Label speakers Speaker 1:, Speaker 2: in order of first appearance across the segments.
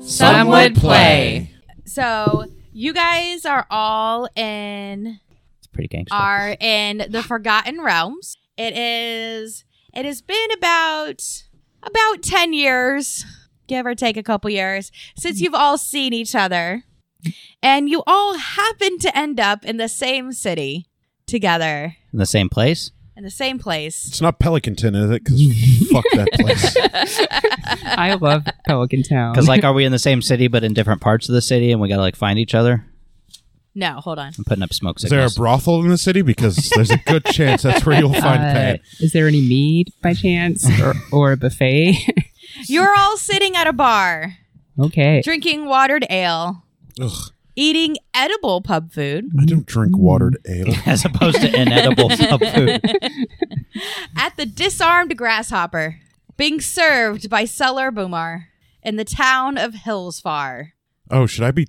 Speaker 1: Some would play.
Speaker 2: So you guys are all in
Speaker 3: It's pretty gangster.
Speaker 2: are in the Forgotten Realms. It is it has been about about 10 years, give or take a couple years, since you've all seen each other. And you all happen to end up in the same city together
Speaker 3: in the same place.
Speaker 2: in the same place.
Speaker 4: It's not Pelicanton, is it? Because fuck that place.
Speaker 1: I love Pelican Town.
Speaker 3: Because like, are we in the same city but in different parts of the city, and we gotta like find each other?
Speaker 2: No, hold on.
Speaker 3: I'm putting up smoke
Speaker 4: Is there a
Speaker 3: signals.
Speaker 4: brothel in the city? Because there's a good chance that's where you'll find
Speaker 1: Uh,
Speaker 4: Pat.
Speaker 1: is there any mead by chance or, or a buffet?
Speaker 2: You're all sitting at a bar,
Speaker 1: okay.
Speaker 2: drinking watered ale,
Speaker 4: Ugh,
Speaker 2: eating edible pub food.
Speaker 4: I don't drink watered ale.
Speaker 3: As opposed to inedible pub food.
Speaker 2: at the disarmed grasshopper being served by Cellar Boomar in the town of Hillsfar.
Speaker 4: Oh, should I be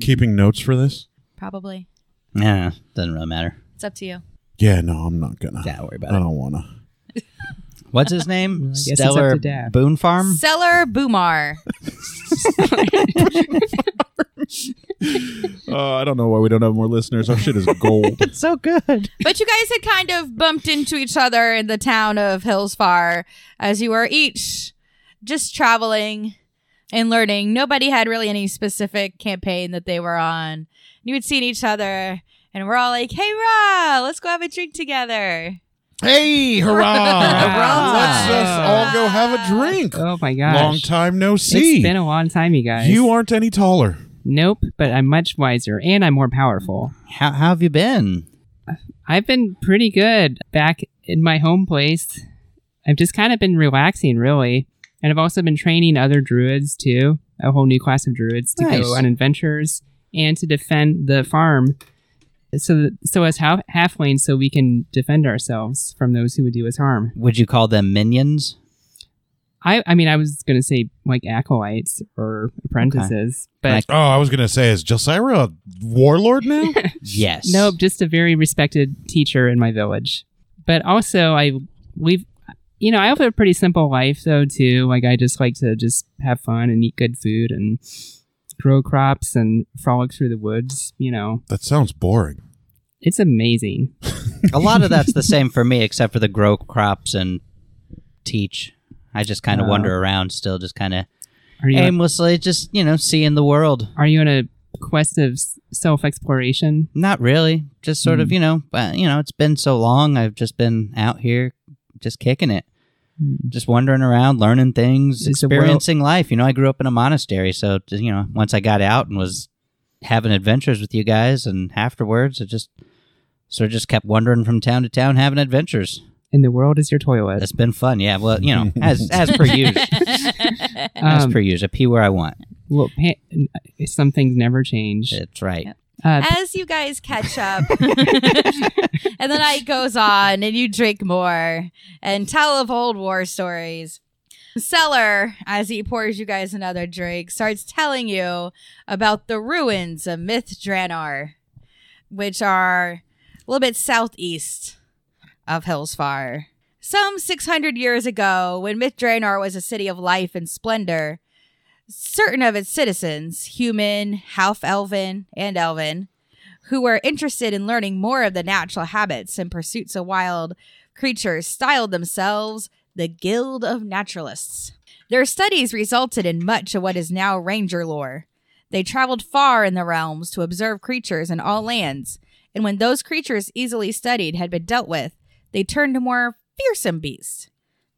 Speaker 4: keeping notes for this?
Speaker 2: Probably.
Speaker 3: Yeah, doesn't really matter.
Speaker 2: It's up to you.
Speaker 4: Yeah, no, I'm not gonna.
Speaker 3: Yeah, don't worry about
Speaker 4: I
Speaker 3: it.
Speaker 4: don't wanna.
Speaker 3: What's his name?
Speaker 1: Oh. guess it's up
Speaker 3: Stellar
Speaker 1: to Dad.
Speaker 3: Boone Farm.
Speaker 2: Cellar Boomar.
Speaker 4: Uh, I don't know why we don't have more listeners. Our shit is gold.
Speaker 3: It's so good.
Speaker 2: But you guys had kind of bumped into each other in the town of Hillsfar as you were each just traveling and learning. Nobody had really any specific campaign that they were on. You had seen each other and we're all like, hey, Ra, let's go have a drink together.
Speaker 4: hey, hurrah!
Speaker 1: Hurrah.
Speaker 4: Let's us all go have a drink.
Speaker 1: Oh my gosh.
Speaker 4: Long time no
Speaker 1: It's
Speaker 4: see.
Speaker 1: been a long time, you guys.
Speaker 4: You aren't any taller.
Speaker 1: Nope, but I'm much wiser and I'm more powerful.
Speaker 3: How, how have you been?
Speaker 1: I've been pretty good back in my home place. I've just kind of been relaxing, really. And I've also been training other druids, too, a whole new class of druids to
Speaker 3: Nice.
Speaker 1: go on adventures and to defend the farm. So, that- so as half halflings, so we can defend ourselves from those who would do us harm.
Speaker 3: Would you call them minions?
Speaker 1: I, I mean, I was gonna say like acolytes or apprentices, but
Speaker 4: Oh, I was gonna say, is Jelsira a warlord now?
Speaker 3: Yes.
Speaker 1: Nope, just a very respected teacher in my village. But also, I we've you know I live a pretty simple life though too. Like I just like to just have fun and eat good food and grow crops and frolic through the woods. You know,
Speaker 4: that sounds boring.
Speaker 1: it's amazing.
Speaker 3: a lot of that's the same for me, except for the grow crops and teach. I just kind of
Speaker 1: Oh.
Speaker 3: wander around, still just kind of
Speaker 1: Are you
Speaker 3: aimlessly, just you know, seeing the world.
Speaker 1: are you in a quest of self exploration?
Speaker 3: Not really, just sort
Speaker 1: Hmm.
Speaker 3: of you know, but you know, it's been so long. I've just been out here, just kicking it, just wandering around, learning things,
Speaker 1: Hmm. Is the world-
Speaker 3: experiencing life. You know, I grew up in a monastery, so just, you know, once I got out and was having adventures with you guys, and afterwards, I just sort of just kept wandering from town to town, having adventures.
Speaker 1: And the world is your toilet.
Speaker 3: That's been fun. Yeah. Well, you know, as as per usual, as
Speaker 1: Um,
Speaker 3: per usual, pee where I want.
Speaker 1: well, pa- some things never change.
Speaker 3: That's right.
Speaker 1: Uh,
Speaker 2: as you guys catch up and the night goes on and you drink more and tell of old war stories cellar as he pours you guys another drink starts telling you about the ruins of mithdranar which are a little bit southeast of hillsfar some 600 years ago when mithdranar was a city of life and splendor certain of its citizens, human, half elven, and elven, who were interested in learning more of the natural habits and pursuits of wild creatures, styled themselves the Guild of Naturalists. Their studies resulted in much of what is now ranger lore. They traveled far in the realms to observe creatures in all lands, and when those creatures easily studied had been dealt with, they turned to more fearsome beasts,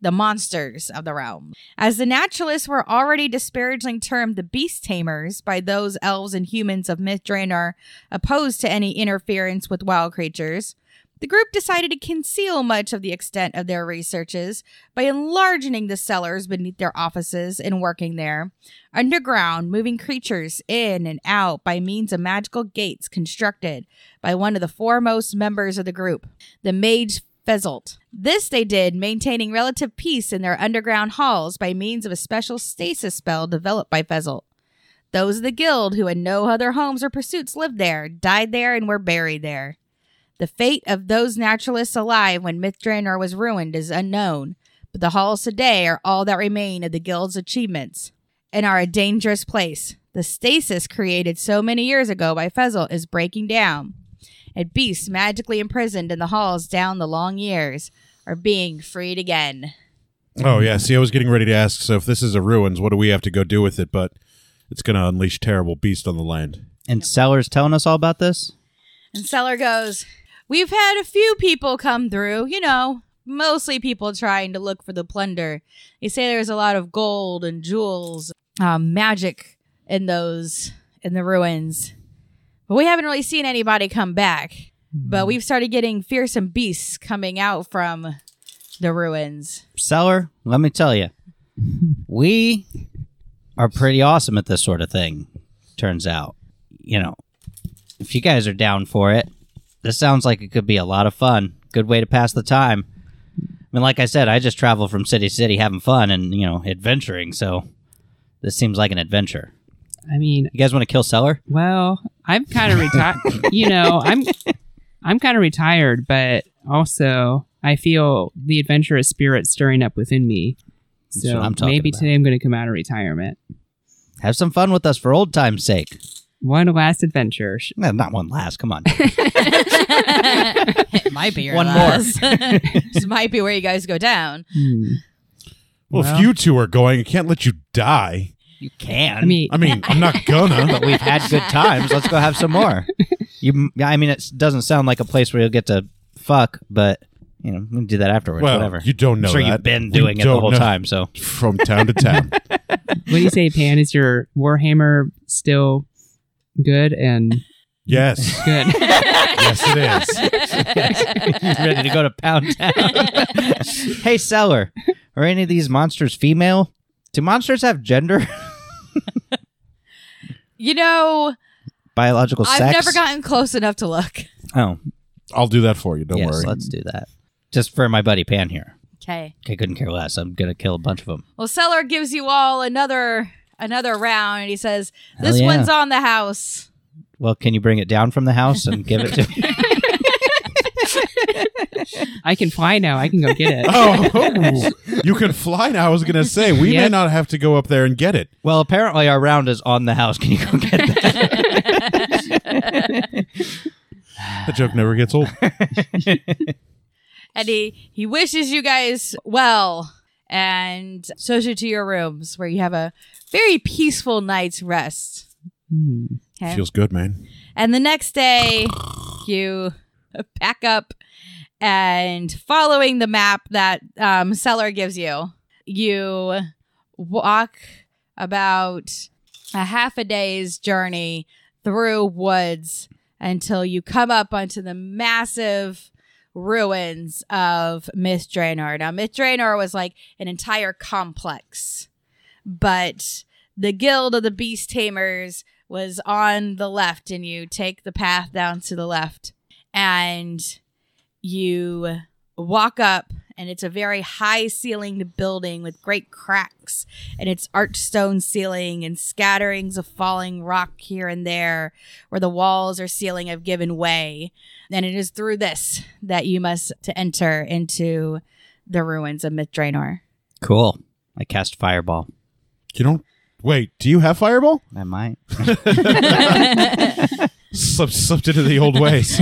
Speaker 2: the monsters of the realm. As the naturalists were already disparagingly termed the beast tamers by those elves and humans of Mithranar opposed to any interference with wild creatures, the group decided to conceal much of the extent of their researches by enlarging the cellars beneath their offices and working there, underground, moving creatures in and out by means of magical gates constructed by one of the foremost members of the group, the mage Fezult. This they did, maintaining relative peace in their underground halls by means of a special stasis spell developed by Fezult. Those of the guild who had no other homes or pursuits lived there, died there, and were buried there. The fate of those naturalists alive when Mithranor was ruined is unknown, but the halls today are all that remain of the guild's achievements. and are a dangerous place. The stasis created so many years ago by Fezzle is breaking down. And beasts magically imprisoned in the halls down the long years are being freed again.
Speaker 4: Oh yeah. See, I was getting ready to ask. So if this is a ruins, what do we have to go do with it? But it's going to unleash terrible beast on the land.
Speaker 3: And Sellers telling us all about this?
Speaker 2: And Seller goes, We've had a few people come through, you know, mostly people trying to look for the plunder. They say there's a lot of gold and jewels, um, magic in those, in the ruins. But we haven't really seen anybody come back. But we've started getting fearsome beasts coming out from the ruins.
Speaker 3: Seller, let me tell you, we are pretty awesome at this sort of thing, turns out. You know, if you guys are down for it, this sounds like it could be a lot of fun. Good way to pass the time. I mean, like I said, I just travel from city to city having fun and, you know, adventuring, so this seems like an adventure.
Speaker 1: I mean,
Speaker 3: You guys want to kill Seller?
Speaker 1: well, I'm kind of retired. you know, I'm I'm kind of retired, but also I feel the adventurous spirit stirring up within me.
Speaker 3: That's
Speaker 1: So
Speaker 3: what I'm talking
Speaker 1: maybe
Speaker 3: about.
Speaker 1: today I'm going to come out of retirement.
Speaker 3: Have some fun with us for old time's sake.
Speaker 1: One last adventure. Sh-
Speaker 3: No, not one last, come on.
Speaker 2: it might be your
Speaker 3: One more.
Speaker 2: last. this might be where you guys go down.
Speaker 1: Hmm.
Speaker 4: Well,
Speaker 1: Well-
Speaker 4: if you two are going, I can't let you die.
Speaker 3: you can.
Speaker 1: I mean,
Speaker 4: I mean, I'm not gonna.
Speaker 3: but we've had good times. Let's go have some more. You, I mean, it doesn't sound like a place where you'll get to fuck, but you know, we can do that afterwards.
Speaker 4: well,
Speaker 3: whatever.
Speaker 4: you don't know.
Speaker 3: I'm sure
Speaker 4: that.
Speaker 3: you've been
Speaker 4: We
Speaker 3: doing it the
Speaker 4: don't
Speaker 3: whole
Speaker 4: know
Speaker 3: time. So
Speaker 4: from town to town.
Speaker 1: what do you say, Pan? Is your Warhammer still good and
Speaker 4: yes,
Speaker 1: good?
Speaker 4: yes, it is.
Speaker 3: ready to go to Pound Town. hey, seller, are any of these monsters female? Do monsters have gender?
Speaker 2: You know,
Speaker 3: Biological
Speaker 2: I've
Speaker 3: sex?
Speaker 2: never gotten close enough to look.
Speaker 3: oh,
Speaker 4: I'll do that for you. Don't
Speaker 3: yes.
Speaker 4: worry.
Speaker 3: Let's do that. Just for my buddy Pan here.
Speaker 2: Okay.
Speaker 3: I couldn't care less. I'm gonna kill a bunch of them.
Speaker 2: Well, Seller gives you all another another round, and he says,
Speaker 3: Hell
Speaker 2: "This
Speaker 3: yeah.
Speaker 2: one's on the house."
Speaker 3: Well, can you bring it down from the house and give it to me?
Speaker 1: I can fly now. I can go get it.
Speaker 4: Oh, you can fly now. I was gonna say we
Speaker 1: Yeah.
Speaker 4: may not have to go up there and get it.
Speaker 3: Well, apparently our round is on the house. Can you go get that?
Speaker 4: That joke never gets old.
Speaker 2: And he he wishes you guys well, and shows you to your rooms where you have a very peaceful night's rest.
Speaker 1: Hmm.
Speaker 2: Okay.
Speaker 4: Feels good, man.
Speaker 2: And the next day, you pack up and following the map that um, Seller gives you, you walk about a half a day's journey through woods until you come up onto the massive ruins of Miss Draenor. Now, Miss Draenor was like an entire complex, but the Guild of the Beast Tamers was on the left and you take the path down to the left and you walk up and it's a very high ceilinged building with great cracks and its arched stone ceiling and scatterings of falling rock here and there where the walls or ceiling have given way and it is through this that you must to enter into the ruins of Mithraenor.
Speaker 3: Cool. I cast fireball.
Speaker 4: You don't wait. Do you have fireball?
Speaker 3: I might.
Speaker 4: Slipped slipped into the old ways.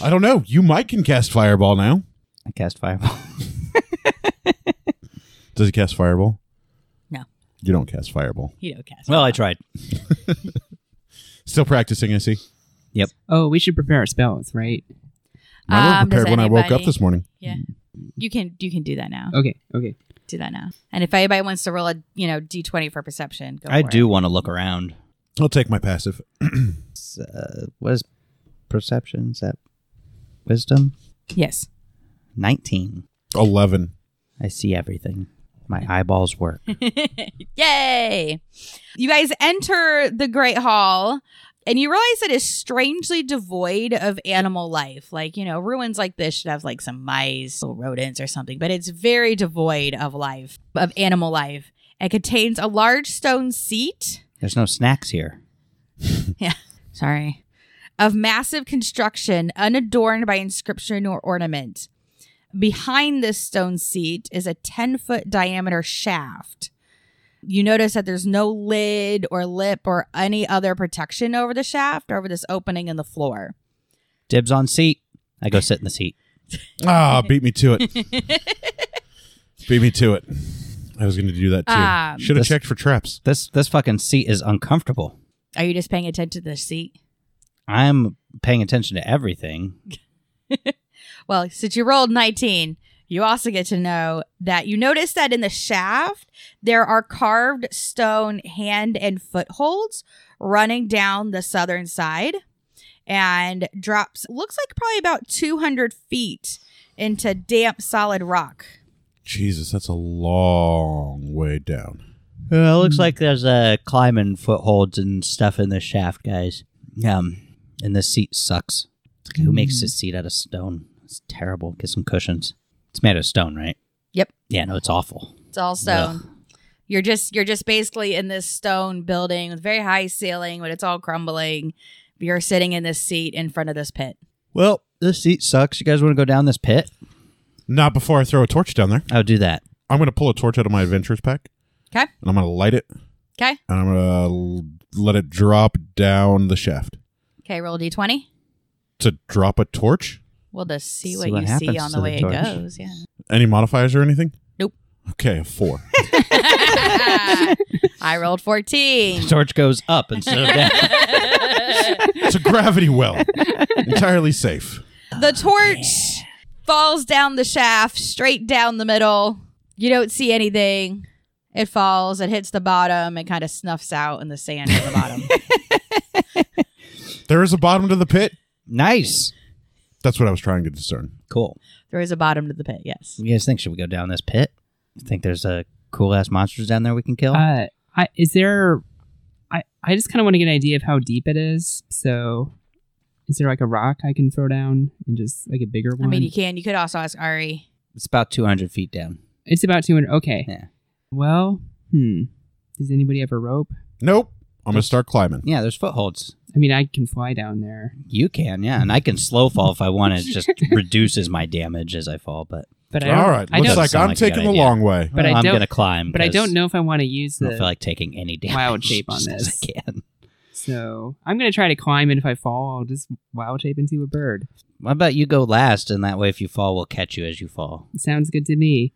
Speaker 4: I don't know. You might can cast fireball now.
Speaker 3: I cast fireball.
Speaker 4: Does he cast fireball?
Speaker 2: No.
Speaker 4: You don't cast fireball.
Speaker 2: You know, cast.
Speaker 3: well, I tried.
Speaker 4: Still practicing, I see.
Speaker 1: Oh, we should prepare our spells, right?
Speaker 4: I
Speaker 2: Um,
Speaker 4: was prepared
Speaker 2: does
Speaker 4: when I woke up
Speaker 2: anybody-
Speaker 4: this morning.
Speaker 2: Yeah. You can you can do that now.
Speaker 1: Okay, okay.
Speaker 2: do that now. And if anybody wants to roll a you know d twenty for perception, go
Speaker 3: I
Speaker 2: for
Speaker 3: do
Speaker 2: It.
Speaker 3: want to look around.
Speaker 4: I'll take my passive.
Speaker 3: It's, uh, what is perception? Is that wisdom?
Speaker 2: Yes.
Speaker 3: 19.
Speaker 4: Eleven.
Speaker 3: I see everything. My eyeballs work.
Speaker 2: Yay! You guys enter the Great Hall. And you realize it is strangely devoid of animal life. Like, you know, ruins like this should have like some mice or rodents or something, but it's very devoid of life, of animal life. It contains a large stone seat
Speaker 3: There's no snacks here.
Speaker 2: sorry, of massive construction, unadorned by inscription or ornament. Behind this stone seat is a 10 foot diameter shaft You notice that there's no lid or lip or any other protection over the shaft, over this opening in the floor.
Speaker 3: Dibs on seat. I go sit in the seat.
Speaker 4: Ah, beat me to it. beat me to it. I was going to do that too.
Speaker 2: Um,
Speaker 4: Should have
Speaker 3: That's-
Speaker 4: checked for traps.
Speaker 3: This this fucking seat is uncomfortable.
Speaker 2: Are you just paying attention to the seat?
Speaker 3: I'm paying attention to everything.
Speaker 2: Well, since you rolled 19, you also get to know that you notice that in the shaft, there are carved stone hand and footholds running down the southern side and drops, looks like probably about 200 feet into damp, solid rock.
Speaker 4: Jesus, that's a long way down.
Speaker 3: Uh, it looks like there's uh, climbing footholds and stuff in the shaft, guys. Um, and the seat sucks. It's like, Who makes this seat out of stone? It's terrible. Get some cushions. It's made of stone, right?
Speaker 2: Yep.
Speaker 3: Yeah, no, it's awful.
Speaker 2: It's all stone. You're just you're just basically in this stone building with very high ceiling, but it's all crumbling. You're sitting in this seat in front of this pit.
Speaker 3: Well, this seat sucks. You guys want to go down this pit?
Speaker 4: Not before I throw a torch down there.
Speaker 3: I'll do that.
Speaker 4: I'm going to pull a torch out of my adventures pack.
Speaker 2: 'Kay.
Speaker 4: And I'm going to light it
Speaker 2: Okay.
Speaker 4: and I'm going to let it drop down the shaft.
Speaker 2: Okay, roll D twenty.
Speaker 4: To drop a torch?
Speaker 2: We'll just see
Speaker 3: See
Speaker 2: what,
Speaker 3: what
Speaker 2: you see
Speaker 3: happens
Speaker 2: on
Speaker 3: to
Speaker 2: the
Speaker 3: the
Speaker 2: way
Speaker 3: torch.
Speaker 2: it goes. Yeah.
Speaker 4: Any modifiers or anything?
Speaker 2: Nope.
Speaker 4: Okay, a four.
Speaker 2: I rolled fourteen.
Speaker 3: Torch goes up instead of down.
Speaker 4: it's a gravity well. Entirely safe.
Speaker 2: The torch falls down the shaft, straight down the middle. You don't see anything. It falls, it hits the bottom, and kind of snuffs out in the sand at the bottom.
Speaker 4: There is a bottom to the pit.
Speaker 3: nice.
Speaker 4: That's what I was trying to discern.
Speaker 3: Cool.
Speaker 2: there is a bottom to the pit, yes.
Speaker 3: You guys think should we go down this pit? You think there's a cool ass monsters down there we can kill?
Speaker 1: Uh, I, is there? I I just kind of want to get an idea of how deep it is. So, is there like a rock I can throw down and just like a bigger one?
Speaker 2: I mean, you can. You could also ask Ari.
Speaker 3: it's about 200 feet down.
Speaker 1: it's about two hundred. Okay.
Speaker 3: Yeah.
Speaker 1: Well, hmm. Does anybody have a rope?
Speaker 4: Nope. I'm going to start climbing.
Speaker 3: Yeah, there's footholds.
Speaker 1: I mean, I can fly down there,
Speaker 3: You can, yeah, and I
Speaker 1: Mm.
Speaker 3: can slow fall if I want. It just reduces my damage as I fall, but
Speaker 1: but I don't,
Speaker 4: All right. Looks
Speaker 1: I don't,
Speaker 3: Doesn't
Speaker 4: like
Speaker 3: sound
Speaker 4: I'm
Speaker 3: like a
Speaker 4: taking
Speaker 3: good
Speaker 4: the
Speaker 3: idea.
Speaker 4: long way.
Speaker 1: But I
Speaker 3: I'm
Speaker 1: don't-
Speaker 3: gonna climb.
Speaker 1: but I
Speaker 3: 'cause
Speaker 1: don't know if I want to use
Speaker 3: I don't feel
Speaker 1: the.
Speaker 3: like taking any damage.
Speaker 1: wild shape on
Speaker 3: just As
Speaker 1: this.
Speaker 3: I can.
Speaker 1: So I'm gonna try to climb, and if I fall, I'll just wild shape into a bird.
Speaker 3: How about you go last, and that way, if you fall, we'll catch you as you fall.
Speaker 1: Sounds good to me.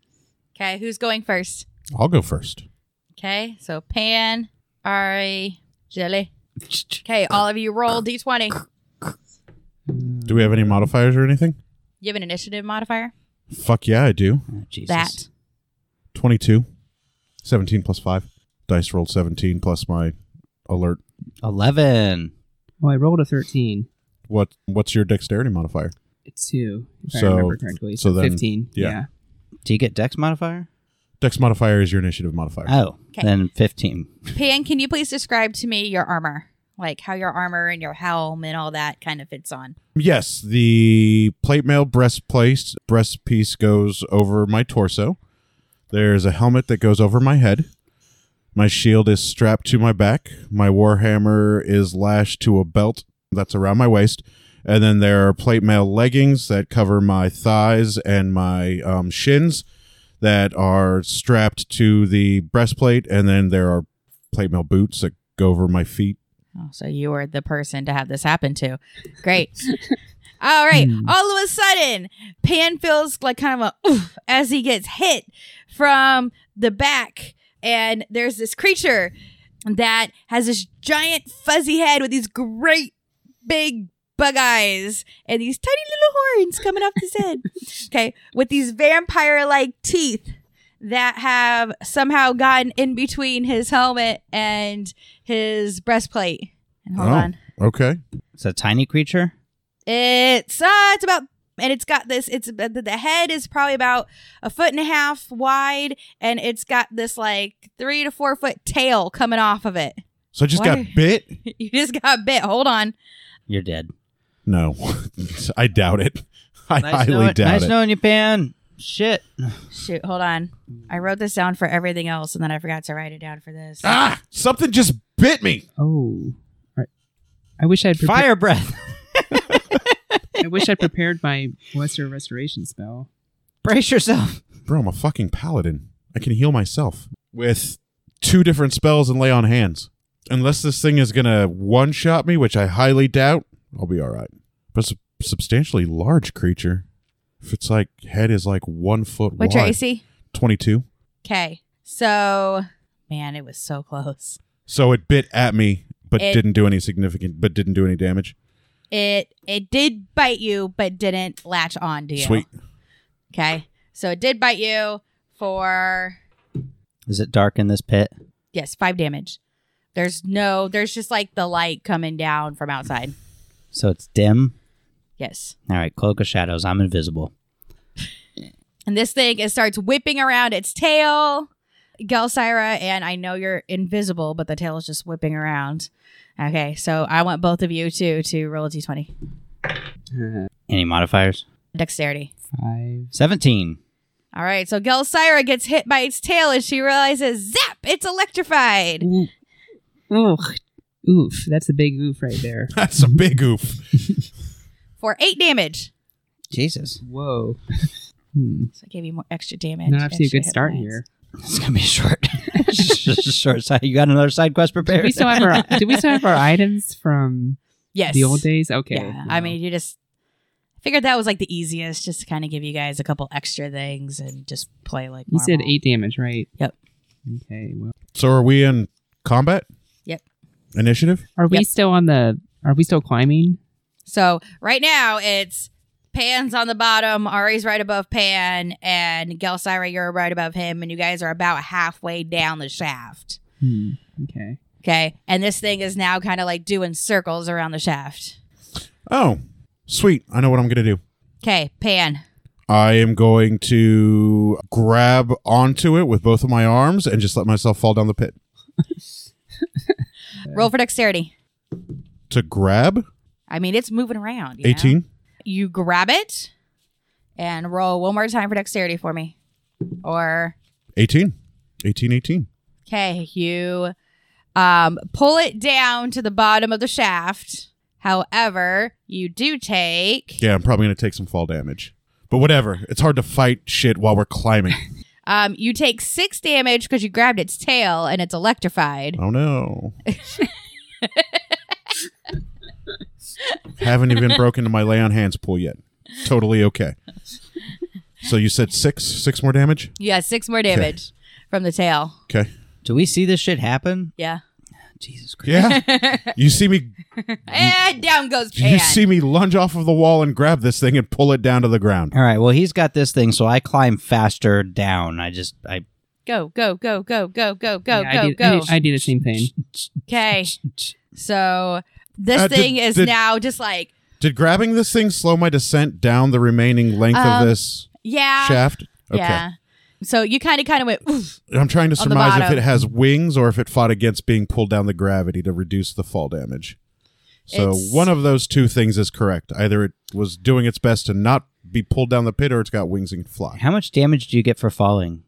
Speaker 2: Okay, who's going first?
Speaker 4: I'll go first.
Speaker 2: Okay, so Pan, Ari, Jelly.
Speaker 3: Oh,
Speaker 2: Okay, all of you roll d20.
Speaker 4: Do we have any modifiers or anything?
Speaker 2: You have an initiative modifier?
Speaker 4: Fuck yeah, I do.
Speaker 3: Oh, Jesus.
Speaker 2: That.
Speaker 4: 22. 17 plus 5. Dice rolled 17 plus my alert.
Speaker 3: eleven.
Speaker 1: Well, I rolled a thirteen,
Speaker 4: What what's your dexterity modifier?
Speaker 1: a two, if I
Speaker 4: So-
Speaker 1: remember correctly.
Speaker 4: so
Speaker 1: So,
Speaker 4: then-
Speaker 1: fifteen.
Speaker 4: yeah.
Speaker 1: yeah.
Speaker 3: Do you get Dex modifier?
Speaker 4: Dex modifier is your initiative modifier.
Speaker 3: Oh,
Speaker 2: Okay.
Speaker 3: then fifteen.
Speaker 2: Pan, can you please describe to me your armor? Like how your armor and your helm and all that kind of fits on.
Speaker 4: Yes, the plate mail breastplate breast piece goes over my torso. There's a helmet that goes over my head. My shield is strapped to my back. My warhammer is lashed to a belt that's around my waist. And then there are plate mail leggings that cover my thighs and my um, shins that are strapped to the breastplate. And then there are plate mail boots that go over my feet.
Speaker 2: Oh, so you were the person to have this happen to. Great. All right.
Speaker 1: Hmm.
Speaker 2: All of a sudden, Pan feels like kind of a oof as he gets hit from the back. And there's this creature that has this giant fuzzy head with these great big bug eyes and these tiny little horns coming off his head. Okay. With these vampire like teeth that have somehow gotten in between his helmet and his breastplate. And hold
Speaker 4: Oh.
Speaker 2: on.
Speaker 4: Okay.
Speaker 3: It's a tiny creature.
Speaker 2: It's uh, it's about and it's got this. It's uh, the, the head is probably about a foot and a half wide, and it's got this like three to four foot tail coming off of it.
Speaker 4: So I just
Speaker 2: Why-
Speaker 4: got bit.
Speaker 2: you just got bit. Hold on.
Speaker 3: You're dead.
Speaker 4: No, I doubt it. I highly
Speaker 3: knowing,
Speaker 4: doubt
Speaker 3: nice
Speaker 4: it.
Speaker 3: knowing you, Pan. Shit.
Speaker 2: Shoot, hold on. I wrote this down for everything else, and then I forgot to write it down for this.
Speaker 4: Ah, something just bit me.
Speaker 1: Oh, All right. I wish I'd prepa-
Speaker 3: Fire breath.
Speaker 1: I wish I prepared my lesser restoration spell.
Speaker 3: Brace yourself.
Speaker 4: Bro, I'm a fucking paladin. I can heal myself with two different spells and lay on hands. Unless this thing is gonna one shot me, which I highly doubt, I'll be all right. But it's a substantially large creature. If it's like head is like one foot
Speaker 2: What's your
Speaker 4: wide,
Speaker 2: AC?
Speaker 4: twenty two.
Speaker 2: Okay. So, man, it was so close.
Speaker 4: So it bit at me, but
Speaker 2: It-
Speaker 4: didn't do any significant, but didn't do any damage.
Speaker 2: It it did bite you, but didn't latch on to you.
Speaker 4: Sweet.
Speaker 2: Okay. So it did bite you for
Speaker 3: Is it dark in this pit?
Speaker 2: yes, five damage. There's no there's just like the light coming down from outside.
Speaker 3: So it's dim.
Speaker 2: Yes.
Speaker 3: All right, cloak of shadows. I'm invisible.
Speaker 2: And this thing it starts whipping around its tail. Gelsira, and I know you're invisible, but the tail is just whipping around. Okay, so I want both of you to to roll a d20.
Speaker 1: Uh,
Speaker 3: Any modifiers?
Speaker 2: Dexterity.
Speaker 1: five.
Speaker 3: Seventeen.
Speaker 2: All right, so Gelsira gets hit by its tail and she realizes, zap, it's electrified.
Speaker 1: Ooh. Ugh. Oof. That's a big oof right there.
Speaker 4: That's a big oof.
Speaker 2: for eight damage.
Speaker 3: Jesus,
Speaker 1: Whoa. Hmm.
Speaker 2: So I gave you more extra damage.
Speaker 1: Not off to a
Speaker 2: extra
Speaker 1: good
Speaker 2: hit
Speaker 1: start
Speaker 2: points.
Speaker 1: here.
Speaker 3: it's gonna be short. short side. You got another side quest prepared?
Speaker 1: We still have our. do we still have our items from
Speaker 2: Yes.
Speaker 1: the old days? Okay.
Speaker 2: Yeah. I mean, you just figured that was like the easiest, just to kind of give you guys a couple extra things and just play like.
Speaker 1: you said
Speaker 2: normal.
Speaker 1: eight damage, right?
Speaker 2: Yep.
Speaker 1: Okay. Well,
Speaker 4: So are we in combat?
Speaker 2: Yep.
Speaker 4: Initiative?
Speaker 1: are we
Speaker 2: Yep.
Speaker 1: still on the? Are we still climbing?
Speaker 2: So right now it's Pan's on the bottom, Ari's right above Pan, and Gelsira, you're right above him, and you guys are about halfway down the shaft.
Speaker 1: Hmm. Okay.
Speaker 2: Okay, and this thing is now kind of like doing circles around the shaft.
Speaker 4: Oh, sweet. I know what I'm going to do.
Speaker 2: Okay, Pan.
Speaker 4: I am going to grab onto it with both of my arms and just let myself fall down the pit.
Speaker 2: Roll for dexterity.
Speaker 4: To grab,
Speaker 2: I mean, it's moving around. you know?
Speaker 4: 18.
Speaker 2: you grab it and roll one more time for dexterity for me. Or
Speaker 4: 18. 18, 18.
Speaker 2: okay, you um, pull it down to the bottom of the shaft. However, you do take
Speaker 4: Yeah, I'm probably going to take some fall damage. But whatever. It's hard to fight shit while we're climbing.
Speaker 2: um, you take six damage because you grabbed its tail and it's electrified.
Speaker 4: oh, no. Haven't even broken into my lay on hands pool yet. Totally okay. So you said six, six more damage?
Speaker 2: You got six more damage from the tail.
Speaker 4: Okay.
Speaker 3: Do we see this shit happen?
Speaker 2: Yeah,
Speaker 3: Jesus Christ.
Speaker 4: Yeah. You see me
Speaker 2: and down goes
Speaker 4: Did you
Speaker 2: Pan.
Speaker 4: see me lunge off of the wall and grab this thing and pull it down to the ground?
Speaker 3: All right. Well, he's got this thing, so I climb faster down. I just I
Speaker 2: go, go, go, go, go, go, go,
Speaker 1: Yeah, I
Speaker 2: go,
Speaker 1: do-
Speaker 2: go.
Speaker 1: I, I do the same thing.
Speaker 2: Okay, so this
Speaker 4: Uh, did-
Speaker 2: thing is
Speaker 4: did-
Speaker 2: now just like
Speaker 4: Did grabbing this thing slow my descent down the remaining length
Speaker 2: Um,
Speaker 4: of this
Speaker 2: yeah,
Speaker 4: shaft? Okay.
Speaker 2: uh, Yeah. So you kind of kind of went Oof.
Speaker 4: I'm trying to
Speaker 2: On the
Speaker 4: surmise if
Speaker 2: bottom.
Speaker 4: it has wings or if it fought against being pulled down the gravity to reduce the fall damage. So
Speaker 2: It's-
Speaker 4: one of those two things is correct. Either it was doing its best to not be pulled down the pit or it's got wings and can fly.
Speaker 3: How much damage do you get for falling?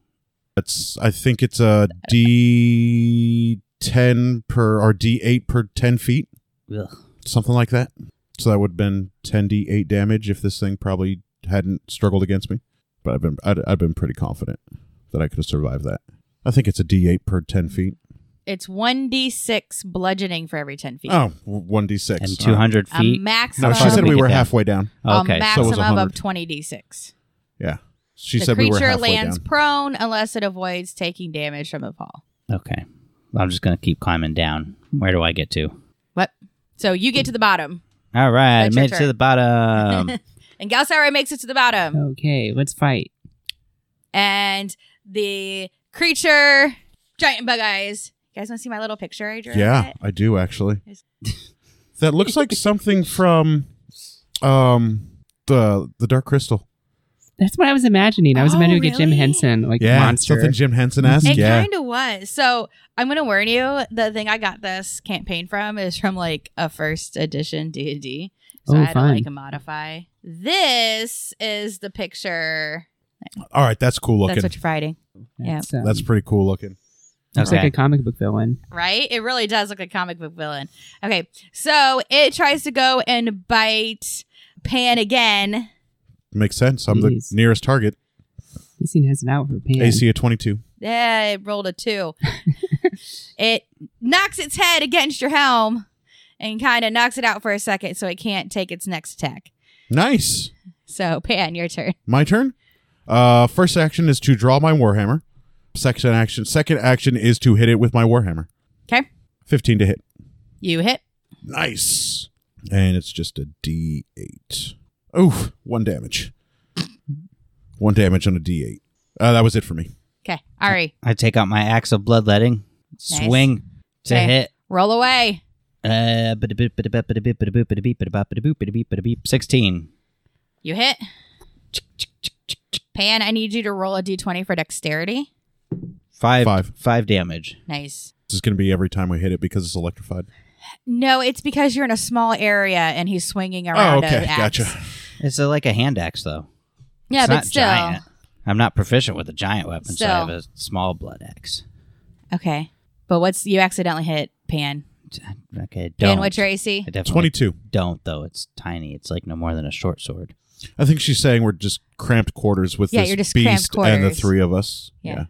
Speaker 4: That's I think it's a D ten per or D eight per ten feet.
Speaker 3: Ugh.
Speaker 4: something like that. So that would have been 10d8 damage if this thing probably hadn't struggled against me. But I've been I'd, I've been pretty confident that I could have survived that. I think it's a d8 per 10 feet.
Speaker 2: it's 1d6 bludgeoning for every 10 feet.
Speaker 4: Oh, w- 1d6.
Speaker 3: And
Speaker 4: All right.
Speaker 3: 200
Speaker 2: a
Speaker 3: feet.
Speaker 2: maximum,
Speaker 4: No, she said we
Speaker 3: Make it
Speaker 4: were
Speaker 3: down.
Speaker 4: halfway down.
Speaker 2: a
Speaker 3: Okay.
Speaker 4: so it was
Speaker 2: maximum of
Speaker 4: 100.
Speaker 2: 20d6.
Speaker 4: Yeah. She
Speaker 2: the
Speaker 4: said we
Speaker 2: creature
Speaker 4: were halfway
Speaker 2: lands
Speaker 4: down.
Speaker 2: prone unless it avoids taking damage from the fall.
Speaker 3: Okay. I'm just gonna keep climbing down. Where do I get to?
Speaker 2: What? So you get to the bottom,
Speaker 3: All right, I
Speaker 2: That's your
Speaker 3: made it to
Speaker 2: turn.
Speaker 3: the bottom.
Speaker 2: and Galsara makes it to the bottom,
Speaker 1: Okay, let's fight.
Speaker 2: and the creature, giant bug eyes. You guys want to see my little picture I drew? of
Speaker 4: Yeah,
Speaker 2: it?
Speaker 4: I do actually.
Speaker 2: Yes.
Speaker 4: that looks like something from um the the Dark Crystal.
Speaker 1: That's what I was imagining. I was
Speaker 2: Oh,
Speaker 1: imagining a Jim
Speaker 2: really?
Speaker 1: Henson like
Speaker 4: Yeah,
Speaker 1: monster.
Speaker 4: something Jim Henson esque.
Speaker 2: It
Speaker 4: Yeah.
Speaker 2: kind of was. So I'm gonna warn you. The thing I got this campaign from is from like a first edition D and D. So
Speaker 1: Oh,
Speaker 2: I had
Speaker 1: fine.
Speaker 2: to like modify. This is the picture.
Speaker 4: All right, that's cool looking.
Speaker 2: That's what
Speaker 4: That's,
Speaker 2: you're fighting,
Speaker 1: That's, um,
Speaker 4: pretty cool looking.
Speaker 1: looks like
Speaker 3: Okay.
Speaker 1: a comic book villain.
Speaker 2: right? It really does look like a comic book villain. Okay, so it tries to go and bite Pan again.
Speaker 4: Makes sense. I'm
Speaker 1: Jeez.
Speaker 4: the nearest target.
Speaker 1: This scene has it out for Pan.
Speaker 4: AC of 22.
Speaker 2: Yeah, it rolled a two. it knocks its head against your helm and kind of knocks it out for a second so it can't take its next attack.
Speaker 4: Nice.
Speaker 2: So, Pan, your turn.
Speaker 4: My turn. Uh, first action is to draw my warhammer. Second action. Second action is to hit it with my warhammer.
Speaker 2: 'Kay.
Speaker 4: Fifteen to hit.
Speaker 2: You hit.
Speaker 4: Nice. And it's just a D8. Oof, one damage. One damage on a D8. Uh, that was it for me.
Speaker 2: Okay. Ari,
Speaker 3: I take out my axe of bloodletting, swing to
Speaker 2: Okay.
Speaker 3: hit.
Speaker 2: roll away.
Speaker 3: Uh, ba-da-boop, ba-da-boop, ba-da-boop, ba-da-boop, ba-da-boop, ba-da-bop, ba-da-boop, ba-da-beep, ba-da-beep. sixteen.
Speaker 2: You hit. Pan, I need you to roll a d20 for dexterity.
Speaker 3: Five,
Speaker 4: Five.
Speaker 3: five damage.
Speaker 2: Nice.
Speaker 4: This is going to be every time we hit it because it's electrified.
Speaker 2: No, it's because you're in a small area and he's swinging around.
Speaker 4: oh, okay.
Speaker 2: a axe.
Speaker 4: Gotcha.
Speaker 3: It's uh, like a hand axe, though.
Speaker 2: Yeah,
Speaker 3: It's
Speaker 2: but
Speaker 3: not
Speaker 2: still.
Speaker 3: giant. I'm not proficient with a giant weapon, so I have
Speaker 2: Still.
Speaker 3: a small blood axe.
Speaker 2: Okay. But what's you accidentally hit Pan?
Speaker 3: Okay, I don't.
Speaker 2: Pan, what's your AC?
Speaker 3: I definitely
Speaker 4: 22.
Speaker 3: don't, though. It's tiny. It's like no more than a short sword.
Speaker 4: I think she's saying we're just cramped quarters with
Speaker 2: Yeah,
Speaker 4: this
Speaker 2: you're just
Speaker 4: beast
Speaker 2: cramped
Speaker 4: and the
Speaker 2: quarters.
Speaker 4: three of us.
Speaker 2: Yeah.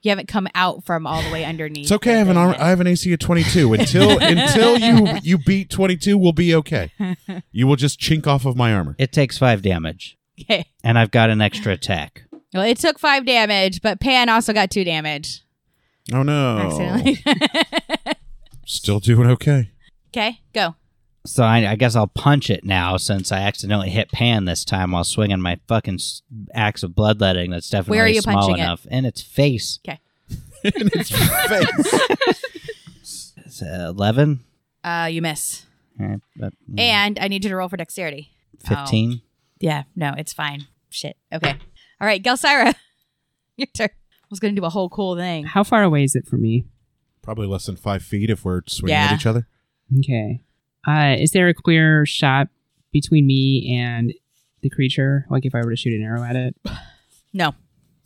Speaker 2: You haven't come out from all the way underneath.
Speaker 4: It's okay. I have an I have an AC of 22. Until until you you beat 22, we'll be okay. You will just chink off of my armor.
Speaker 3: It takes five damage,
Speaker 2: Okay.
Speaker 3: and I've got an extra attack.
Speaker 2: Well, it took five damage, but Pan also got two damage.
Speaker 4: Oh no.
Speaker 2: Accidentally.
Speaker 4: Still doing okay.
Speaker 2: okay, go.
Speaker 3: So I, I guess I'll punch it now since I accidentally hit Pan this time while swinging my fucking s- axe of bloodletting. That's definitely
Speaker 2: Where are you
Speaker 3: small
Speaker 2: punching it?
Speaker 3: enough in its face.
Speaker 4: In its face.
Speaker 3: It's, uh, Eleven.
Speaker 2: Uh, you miss.
Speaker 3: All right, but,
Speaker 4: Hmm.
Speaker 3: mm,
Speaker 2: And I need you to roll for dexterity.
Speaker 3: fifteen.
Speaker 2: Yeah, no, it's fine. Shit. Okay. All right, Gelsira, your turn. I was going to do a whole cool thing.
Speaker 1: How far away is it from me?
Speaker 4: Probably less than five feet if we're swinging
Speaker 2: Yeah.
Speaker 4: at each other.
Speaker 1: Okay. Uh, is there a clear shot between me and the creature? Like if I were to shoot an arrow at it?
Speaker 2: No.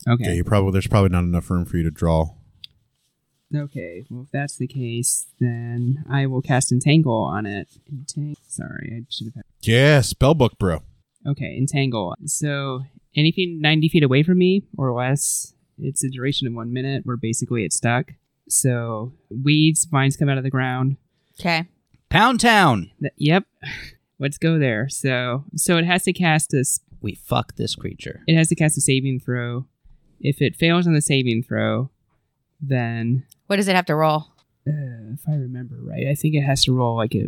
Speaker 4: Yeah,
Speaker 1: Okay.
Speaker 4: you probably there's probably not enough room for you to draw.
Speaker 1: Okay. Well, if that's the case, then I will cast Entangle on it. Entang- Sorry, I should have. Had-
Speaker 4: Yeah, spellbook, bro.
Speaker 1: okay, Entangle. So anything 90 feet away from me or less, it's a duration of one minute where basically it's stuck. So weeds, vines come out of the ground.
Speaker 2: Okay.
Speaker 3: Pound Town.
Speaker 1: Th- Yep. Let's go there. So so it has to cast a s-
Speaker 3: We fuck this creature.
Speaker 1: it has to cast a saving throw. If it fails on the saving throw, then
Speaker 2: What does it have to roll?
Speaker 1: uh, if I remember right, I think it has to roll like a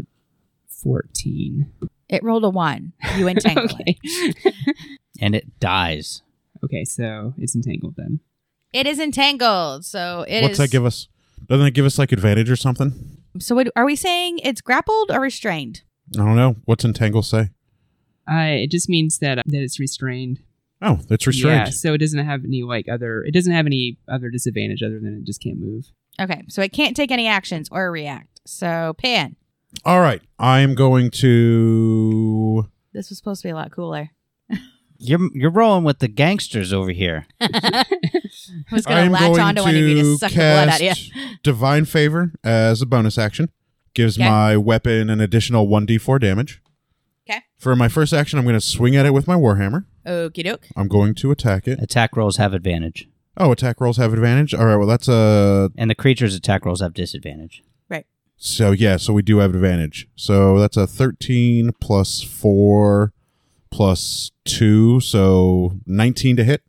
Speaker 1: 14.
Speaker 2: It rolled a one. You entangle it.
Speaker 1: Okay.
Speaker 3: and it dies.
Speaker 1: okay, so it's entangled then.
Speaker 2: It is entangled, so it is.
Speaker 4: What's that give us? Doesn't it give us like advantage or something?
Speaker 2: So what, are we saying it's grappled or restrained?
Speaker 4: I don't know. What's entangle say?
Speaker 1: Uh, it just means that that it's restrained.
Speaker 4: Oh, it's restrained.
Speaker 1: Yeah, so it doesn't have any like other. It doesn't have any other disadvantage other than it just can't move.
Speaker 2: Okay, so it can't take any actions or react. So Pan,
Speaker 4: All right, I'm going to.
Speaker 2: this was supposed to be a lot cooler.
Speaker 3: You're you're rolling with the gangsters over here.
Speaker 2: I was
Speaker 4: I'm
Speaker 2: gonna latch onto one of you to suck the blood out of you.
Speaker 4: divine favor as a bonus action. Gives
Speaker 2: Okay.
Speaker 4: my weapon an additional one d4 damage.
Speaker 2: 'Kay.
Speaker 4: For my first action, I'm going to swing at it with my warhammer.
Speaker 2: Okie doke.
Speaker 4: I'm going to attack it.
Speaker 3: Attack rolls have advantage,
Speaker 4: Oh, attack rolls have advantage. All right, well that's a
Speaker 3: and the creature's attack rolls have disadvantage.
Speaker 4: So yeah, so we do have advantage. So that's a thirteen plus four plus two, so nineteen to hit.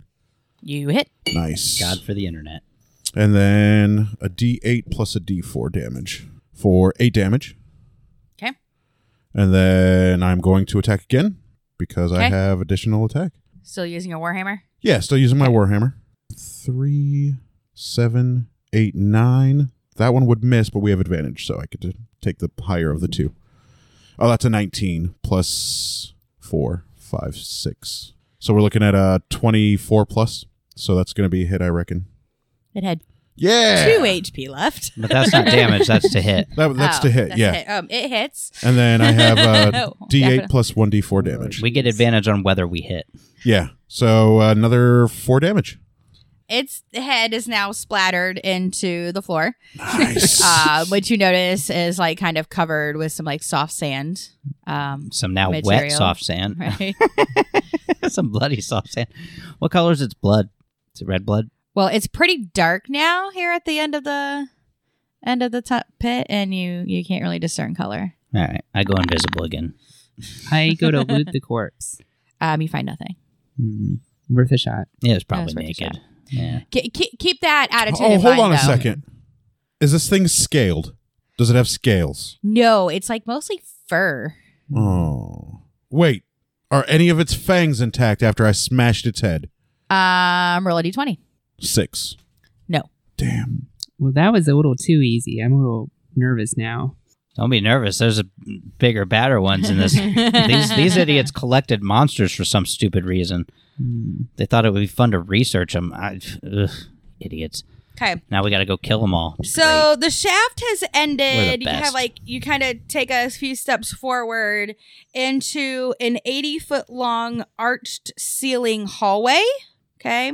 Speaker 2: You hit.
Speaker 4: Nice.
Speaker 3: God for the internet.
Speaker 4: And then a D eight plus a D four damage for eight damage.
Speaker 2: 'Kay.
Speaker 4: And then I'm going to attack again because I
Speaker 2: Okay.
Speaker 4: have additional attack.
Speaker 2: Still using your warhammer.
Speaker 4: Yeah, still using my warhammer. Three, seven, eight, nine. That one would miss, but we have advantage, so I could t- take the higher of the two. Oh, that's a nineteen plus four, five, six. So we're looking at a twenty-four plus. So that's going to be a hit, I reckon.
Speaker 2: It had
Speaker 4: Yeah,
Speaker 2: two HP left.
Speaker 3: But that's not damage. That's to hit.
Speaker 4: That, that's
Speaker 2: Oh,
Speaker 4: to hit.
Speaker 2: that's
Speaker 4: yeah,
Speaker 2: a hit. Um, it hits.
Speaker 4: and then I have uh, a
Speaker 2: Oh,
Speaker 4: D8
Speaker 2: definitely.
Speaker 4: plus one D4 damage.
Speaker 3: We get advantage on whether we hit.
Speaker 4: Yeah, so uh, another four damage.
Speaker 2: Its head is now splattered into the floor,
Speaker 4: Nice.
Speaker 2: uh, which you notice is like kind of covered with some like soft sand. Um,
Speaker 3: Some now wet
Speaker 2: Material.
Speaker 3: soft sand.
Speaker 2: right.
Speaker 3: Some bloody soft sand. What color is its blood? Is it red blood?
Speaker 2: Well, it's pretty dark now here at the end of the end of the top pit, and you you can't really discern color.
Speaker 3: All right, I go invisible again.
Speaker 1: I go to loot the corpse.
Speaker 2: Um, you find nothing.
Speaker 1: Mm, worth a shot.
Speaker 3: Yeah, it's probably
Speaker 2: what you
Speaker 3: naked. Yeah.
Speaker 2: Ke- ke- keep that attitude.
Speaker 4: Oh,
Speaker 2: in
Speaker 4: hold
Speaker 2: mind,
Speaker 4: on a
Speaker 2: though.
Speaker 4: second. Is this thing scaled? Does it have scales?
Speaker 2: No, it's like mostly fur.
Speaker 4: Oh. Wait. Are any of its fangs intact after I smashed its head?
Speaker 2: Um, roll a d20.
Speaker 4: Six.
Speaker 2: No.
Speaker 4: Damn.
Speaker 1: Well, that was a little too easy. I'm a little nervous now.
Speaker 3: Don't be nervous. There's a bigger, badder ones in this. these these idiots collected monsters for some stupid reason.
Speaker 1: Mm.
Speaker 3: They thought it would be fun to research them. I, ugh, idiots.
Speaker 2: Okay.
Speaker 3: Now we got to go kill them all.
Speaker 2: So the shaft has
Speaker 3: We're
Speaker 2: ended.
Speaker 3: the
Speaker 2: You kind of
Speaker 3: best.
Speaker 2: like you kind of take a few steps forward into an 80 foot long arched ceiling hallway. Okay.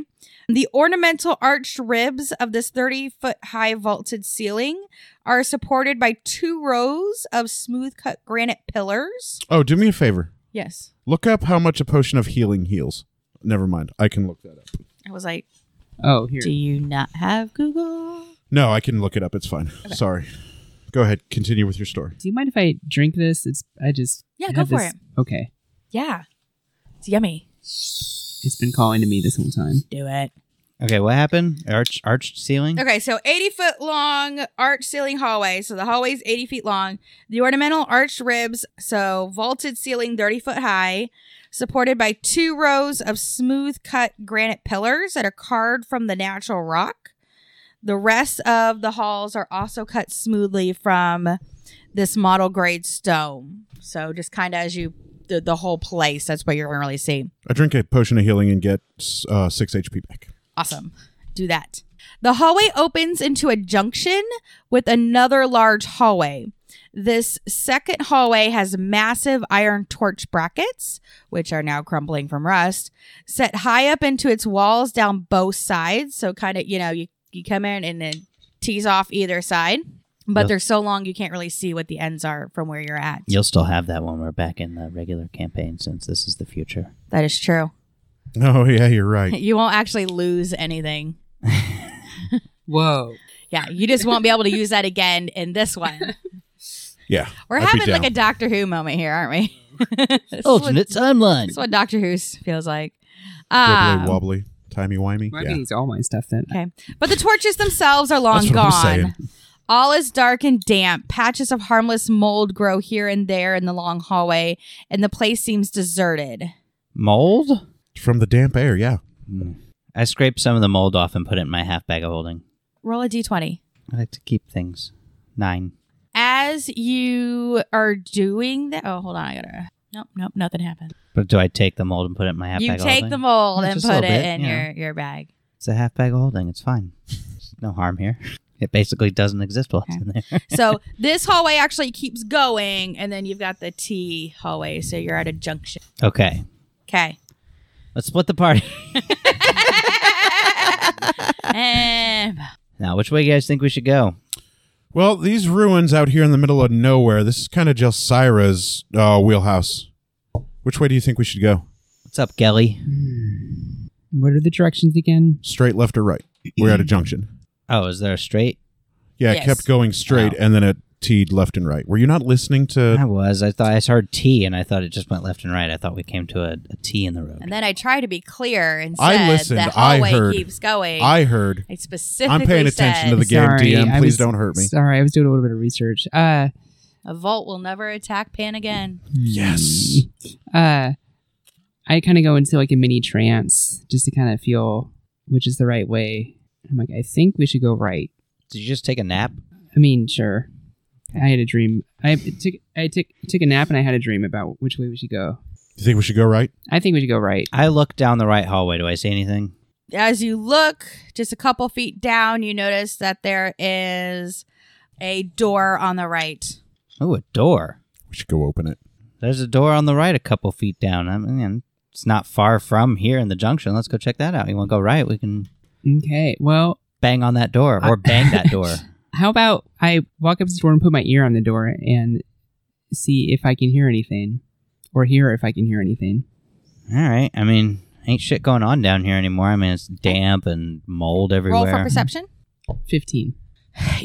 Speaker 2: The ornamental arched ribs of this 30 foot high vaulted ceiling are supported by two rows of smooth cut granite pillars.
Speaker 4: Oh, do me a favor.
Speaker 2: Yes.
Speaker 4: Look up how much a potion of healing heals. Never mind. I can look that up.
Speaker 2: I was like,
Speaker 1: Oh, here.
Speaker 2: do you not have Google?
Speaker 4: No, I can look it up. It's fine. Sorry. Go ahead. Continue with your story.
Speaker 1: Do you mind if I drink this? It's I just
Speaker 2: Yeah,
Speaker 1: have
Speaker 2: go for
Speaker 1: this-
Speaker 2: it.
Speaker 1: Okay,
Speaker 2: Yeah. It's yummy.
Speaker 1: it's been calling to me this whole time.
Speaker 2: Do it.
Speaker 3: Okay, what happened? Arch arched ceiling.
Speaker 2: Okay, so 80 foot long arch ceiling hallway. So the hallway's 80 feet long. The ornamental arched ribs, so vaulted ceiling 30 foot high, supported by two rows of smooth cut granite pillars that are carved from the natural rock. The rest of the halls are also cut smoothly from this model grade stone. So just kind of as you, the, the whole place, that's what you're going to really see.
Speaker 4: I drink a potion of healing and get uh, six HP back.
Speaker 2: Awesome. Do that. The hallway opens into a junction with another large hallway. This second hallway has massive iron torch brackets, which are now crumbling from rust, set high up into its walls down both sides. So, kind of, you know, you, you come in and then tease off either side, but
Speaker 3: Yep.
Speaker 2: they're so long you can't really see what the ends are from where you're at.
Speaker 3: You'll still have that when we're back in the regular campaign, since this is the future.
Speaker 2: That is true.
Speaker 4: Oh, yeah, you're right.
Speaker 2: You won't actually lose anything.
Speaker 1: Whoa.
Speaker 2: Yeah, you just won't be able to use that again in this one.
Speaker 4: Yeah.
Speaker 2: We're
Speaker 4: I'd be
Speaker 2: having like
Speaker 4: down.
Speaker 2: a Doctor Who moment here, aren't we? that's, what,
Speaker 3: Alternate timeline.
Speaker 2: that's what Doctor Who feels like.
Speaker 4: Wibbly
Speaker 2: Um,
Speaker 4: wobbly, timey wimey.
Speaker 1: Well, I
Speaker 4: Yeah.
Speaker 1: can use all my stuff then.
Speaker 2: okay, but the torches themselves are long
Speaker 4: That's what I'm
Speaker 2: gone.
Speaker 4: saying.
Speaker 2: All is dark and damp. Patches of harmless mold grow here and there in the long hallway, and the place seems deserted.
Speaker 3: Mold.
Speaker 4: From the damp air. Yeah.
Speaker 3: I scraped some of the mold off and put it in my half bag of holding.
Speaker 2: Roll a d20.
Speaker 3: I like to keep things. Nine.
Speaker 2: As you are doing that, oh, hold on, I gotta. Nope, nope, nothing happened.
Speaker 3: But do I take the mold and put it in my half
Speaker 2: you
Speaker 3: bag of
Speaker 2: take
Speaker 3: holding?
Speaker 2: the mold
Speaker 3: Yeah,
Speaker 2: and
Speaker 3: just a
Speaker 2: put it
Speaker 3: little bit,
Speaker 2: in
Speaker 3: yeah.
Speaker 2: your your bag.
Speaker 3: It's a half bag of holding. It's fine. There's no harm here. It basically doesn't exist while it's in there.
Speaker 2: so this hallway actually keeps going, and then you've got the T hallway. So you're at a junction.
Speaker 3: okay.
Speaker 2: Okay.
Speaker 3: Let's split the party.
Speaker 2: and
Speaker 3: Now, which way you guys think we should go?
Speaker 4: Well, these ruins out here in the middle of nowhere, this is kind of Jelsira's uh, wheelhouse. Which way do you think we should go?
Speaker 3: What's up, Gelly?
Speaker 1: What are the directions again?
Speaker 4: Straight, left, or right? We're
Speaker 1: Mm.
Speaker 4: at a junction.
Speaker 3: Oh, is there a straight?
Speaker 4: Yeah,
Speaker 2: Yes.
Speaker 4: it kept going straight and then it teed left and right. Were you not listening to.
Speaker 3: I was. I thought I heard T and I thought it just went left and right. I thought we came to a, a T in the road.
Speaker 2: then I try to be clear and said
Speaker 4: I listened,
Speaker 2: the
Speaker 4: I
Speaker 2: hallway
Speaker 4: heard.
Speaker 2: keeps going. I,
Speaker 4: I heard.
Speaker 2: specifically
Speaker 4: I'm paying attention to the
Speaker 2: said,
Speaker 4: game,
Speaker 1: Sorry,
Speaker 4: DM.
Speaker 1: I
Speaker 4: Please
Speaker 1: was-
Speaker 4: don't hurt me.
Speaker 1: Sorry, I was doing a little bit of research. Uh,
Speaker 2: A vault will never attack Pan again.
Speaker 4: Yes.
Speaker 1: uh, I kind of go into like a mini trance just to kind of feel which is the right way. I'm like, I think we should go right.
Speaker 3: Did you just take a nap?
Speaker 1: I mean, sure. I had a dream. I took I took took a nap and I had a dream about which way we should go.
Speaker 4: You think we should go right?
Speaker 1: I think we should go right.
Speaker 3: I look down the right hallway. Do I see anything?
Speaker 2: As you look just a couple feet down, you notice that there is a door on the right.
Speaker 3: Oh, a door.
Speaker 4: We should go open it.
Speaker 3: There's a door on the right a couple feet down. I mean, it's not far from here in the junction. Let's go check that out. You want to go right? We can
Speaker 1: Okay. Well,
Speaker 3: bang on that door or bang that door.
Speaker 1: how about I walk up to the door and put my ear on the door and see if I can hear anything, or hear if I can hear anything.
Speaker 3: All right. I mean, ain't shit going on down here anymore. I mean, it's damp and mold everywhere.
Speaker 2: Roll for perception.
Speaker 1: Fifteen.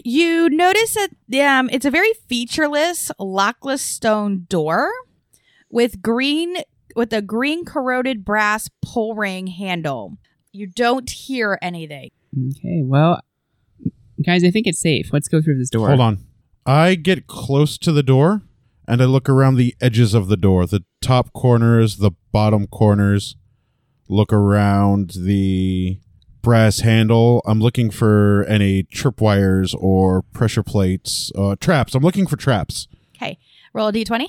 Speaker 2: You notice that um, it's a very featureless, lockless stone door with green with a green corroded brass pull ring handle. You don't hear anything.
Speaker 1: Okay, well, guys, I think it's safe. Let's go through this door.
Speaker 4: Hold on. I get close to the door and I look around the edges of the door, the top corners, the bottom corners, look around the brass handle. I'm looking for any tripwires or pressure plates, uh, traps. I'm looking for traps.
Speaker 2: Okay, roll a d20.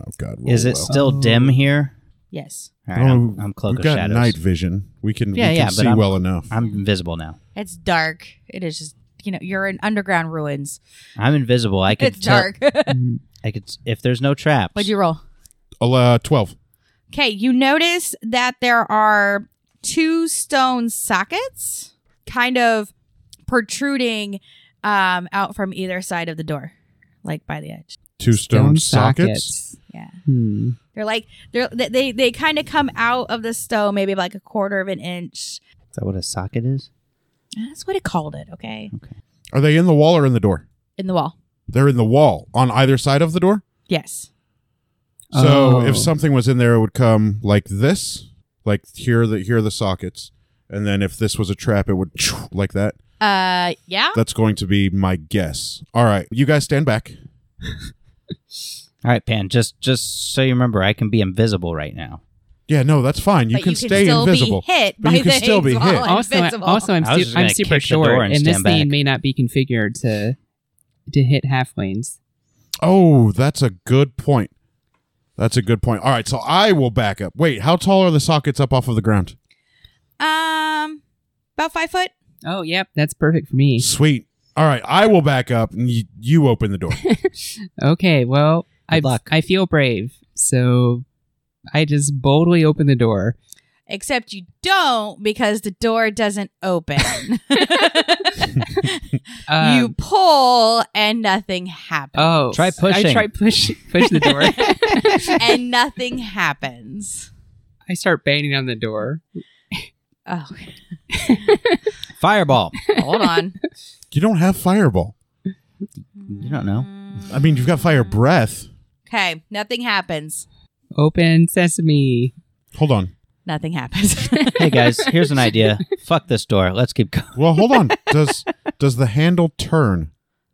Speaker 4: Oh, God. roll
Speaker 3: Is it
Speaker 4: well.
Speaker 3: still
Speaker 1: Oh.
Speaker 3: dim here?
Speaker 2: Yes,
Speaker 3: All right, I'm,
Speaker 4: Oh,
Speaker 3: I'm cloak
Speaker 4: We've
Speaker 3: of
Speaker 4: got
Speaker 3: shadows.
Speaker 4: night vision. We can,
Speaker 3: Yeah,
Speaker 4: we can
Speaker 3: yeah, but
Speaker 4: see
Speaker 3: I'm-
Speaker 4: well enough.
Speaker 3: I'm invisible now.
Speaker 2: it's dark. It is just you know you're in underground ruins.
Speaker 3: I'm invisible. I could
Speaker 2: It's
Speaker 3: tell-
Speaker 2: dark.
Speaker 1: Mhm.
Speaker 3: I could if there's no traps.
Speaker 2: What'd you roll?
Speaker 4: I'll, uh, 12.
Speaker 2: Okay, you notice that there are two stone sockets kind of protruding um, out from either side of the door, like by the edge.
Speaker 4: Two stone, sockets.
Speaker 2: Yeah.
Speaker 1: Hmm.
Speaker 2: They're like they're they they, they kind of come out of the stone maybe like a quarter of an inch.
Speaker 3: Is that what a socket is?
Speaker 2: That's what it called it, okay?
Speaker 4: Are they in the wall or in the door?
Speaker 2: In the wall.
Speaker 4: They're in the wall on either side of the door.
Speaker 2: Yes.
Speaker 4: So
Speaker 1: Oh.
Speaker 4: if something was in there, it would come like this, like here are the here are the sockets, and then if this was a trap, it would like that.
Speaker 2: Uh yeah.
Speaker 4: That's going to be my guess. All right, you guys stand back.
Speaker 3: All right, Pan. Just just so you remember, I can be invisible right now.
Speaker 4: Yeah, no, that's fine. You
Speaker 2: But
Speaker 4: can stay
Speaker 2: still
Speaker 4: invisible.
Speaker 2: Be hit by
Speaker 4: But you can
Speaker 2: things
Speaker 4: still be
Speaker 2: while
Speaker 4: hit.
Speaker 1: Also, I,
Speaker 2: invisible.
Speaker 1: also, I'm
Speaker 3: I was
Speaker 1: su-
Speaker 3: just
Speaker 1: I'm
Speaker 3: gonna
Speaker 1: super
Speaker 3: kick the door
Speaker 1: short,
Speaker 3: and
Speaker 1: and, this
Speaker 3: stand back.
Speaker 1: thing may not be configured to to hit halflings.
Speaker 4: oh, that's a good point. That's a good point. All right, so I will back up. Wait, how tall are the sockets up off of the ground?
Speaker 2: um about five foot.
Speaker 1: Oh, yep, that's perfect for me.
Speaker 4: Sweet. All right, I will back up, and y- you open the door.
Speaker 1: Okay, well, I
Speaker 3: Good luck.
Speaker 1: I feel brave, so I just boldly open the door.
Speaker 2: Except you don't because the door doesn't open.
Speaker 1: Um,
Speaker 2: you pull and nothing happens.
Speaker 1: oh,
Speaker 3: Try
Speaker 1: I
Speaker 3: pushing.
Speaker 1: try push push the door.
Speaker 2: and nothing happens.
Speaker 1: I start banging on the door.
Speaker 2: Oh,
Speaker 3: Fireball.
Speaker 2: hold on.
Speaker 4: you don't have fireball.
Speaker 3: You don't know.
Speaker 4: I mean, you've got fire breath.
Speaker 2: Okay, nothing happens.
Speaker 1: Open sesame.
Speaker 4: Hold on.
Speaker 2: Nothing happens.
Speaker 3: Hey guys, here's an idea. Fuck this door. Let's keep going.
Speaker 4: Well, hold on. Does does the handle turn?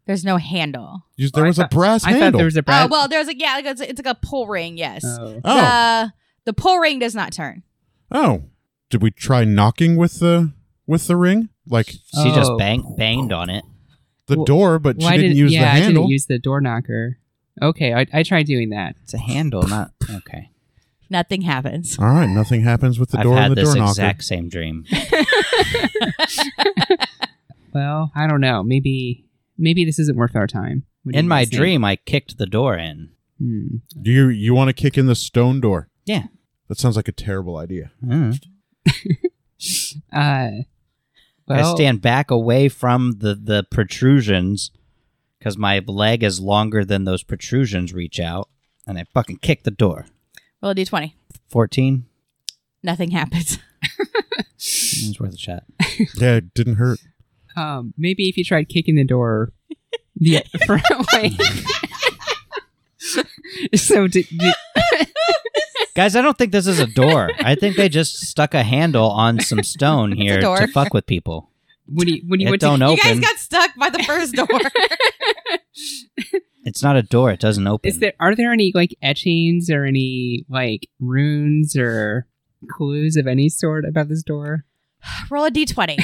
Speaker 2: there's no handle.
Speaker 4: You- There
Speaker 1: I
Speaker 4: was a
Speaker 1: thought-
Speaker 4: brass
Speaker 1: I thought
Speaker 4: handle.
Speaker 1: there was a
Speaker 2: Oh,
Speaker 1: brat.
Speaker 2: well, there's like yeah, like it's, it's like a pull ring. Yes.
Speaker 1: Oh.
Speaker 4: oh,
Speaker 2: The the pull ring does not turn.
Speaker 4: oh. Did we try knocking with the with the ring, like
Speaker 3: She just
Speaker 1: Oh.
Speaker 3: bang, banged on it.
Speaker 4: the
Speaker 1: Well,
Speaker 4: door, but she
Speaker 1: Why
Speaker 4: didn't
Speaker 1: did-
Speaker 4: use
Speaker 1: yeah,
Speaker 4: the
Speaker 1: I
Speaker 4: handle?
Speaker 1: didn't use the door knocker. Okay, I, I tried doing that.
Speaker 3: It's a handle, not okay.
Speaker 2: Nothing happens.
Speaker 4: All right, nothing happens with the
Speaker 3: I've
Speaker 4: door
Speaker 3: had
Speaker 4: and the
Speaker 3: this
Speaker 4: door knocker.
Speaker 3: exact same dream.
Speaker 1: Well, I don't know. Maybe maybe this isn't worth our time. What do
Speaker 3: In
Speaker 1: you
Speaker 3: my
Speaker 1: guys think?
Speaker 3: dream, I kicked the door in.
Speaker 1: Hmm.
Speaker 4: Do you you want to kick in the stone door?
Speaker 3: Yeah.
Speaker 4: That sounds like a terrible idea.
Speaker 3: Mm.
Speaker 1: Uh, well,
Speaker 3: I stand back away from the the protrusions because my leg is longer than those protrusions reach out, and I fucking kick the door.
Speaker 2: Roll a d20.
Speaker 3: Fourteen
Speaker 2: Nothing happens.
Speaker 3: it's worth a shot.
Speaker 4: Yeah, it didn't hurt.
Speaker 1: Um, maybe if you tried kicking the door the front way. so did, did,
Speaker 3: Guys, I don't think this is a door. I think they just stuck a handle on some stone here
Speaker 2: door.
Speaker 3: to fuck with people.
Speaker 1: when you when you
Speaker 3: it
Speaker 1: went
Speaker 3: don't
Speaker 1: to
Speaker 2: You guys
Speaker 3: open.
Speaker 2: got stuck by the first door.
Speaker 3: it's not a door. It doesn't open.
Speaker 1: is there are there any like etchings or any like runes or clues of any sort about this door
Speaker 2: Roll a d20.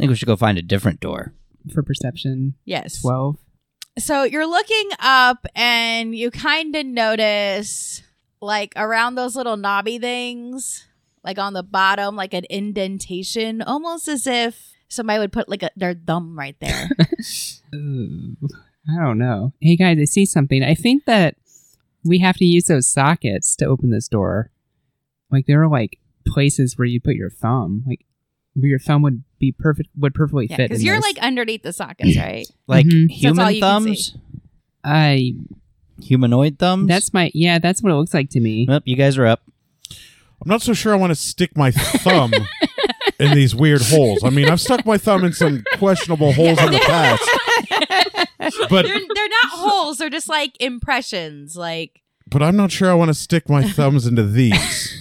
Speaker 3: I think we should go find a different door.
Speaker 1: for perception?
Speaker 2: Yes.
Speaker 1: Twelve.
Speaker 2: So you're looking up and you kind of notice, like, around those little knobby things, like on the bottom, like an indentation, almost as if somebody would put, like, a, their thumb right there.
Speaker 1: Ooh, I don't know. Hey guys, I see something. I think that we have to use those sockets to open this door. Like there are like places where you put your thumb, like where your thumb would be perfect would perfectly
Speaker 2: yeah.
Speaker 1: fit.
Speaker 2: Because
Speaker 1: in
Speaker 2: you're,
Speaker 1: this.
Speaker 2: like, underneath the sockets, right?
Speaker 3: Like
Speaker 1: Mhm.
Speaker 2: Mm-hmm. all
Speaker 3: human
Speaker 2: you can
Speaker 3: thumbs,
Speaker 1: I
Speaker 3: humanoid
Speaker 2: Mm.
Speaker 3: thumbs.
Speaker 1: that's my yeah, that's what it looks like to me.
Speaker 3: nope. You guys are up.
Speaker 4: I'm not so sure I want to stick my thumb in these weird holes. I mean, I've stuck my thumb in some questionable holes in the past, but
Speaker 2: they're, they're not holes. They're just like impressions. Like
Speaker 4: but I'm not sure I want to stick my thumbs into these.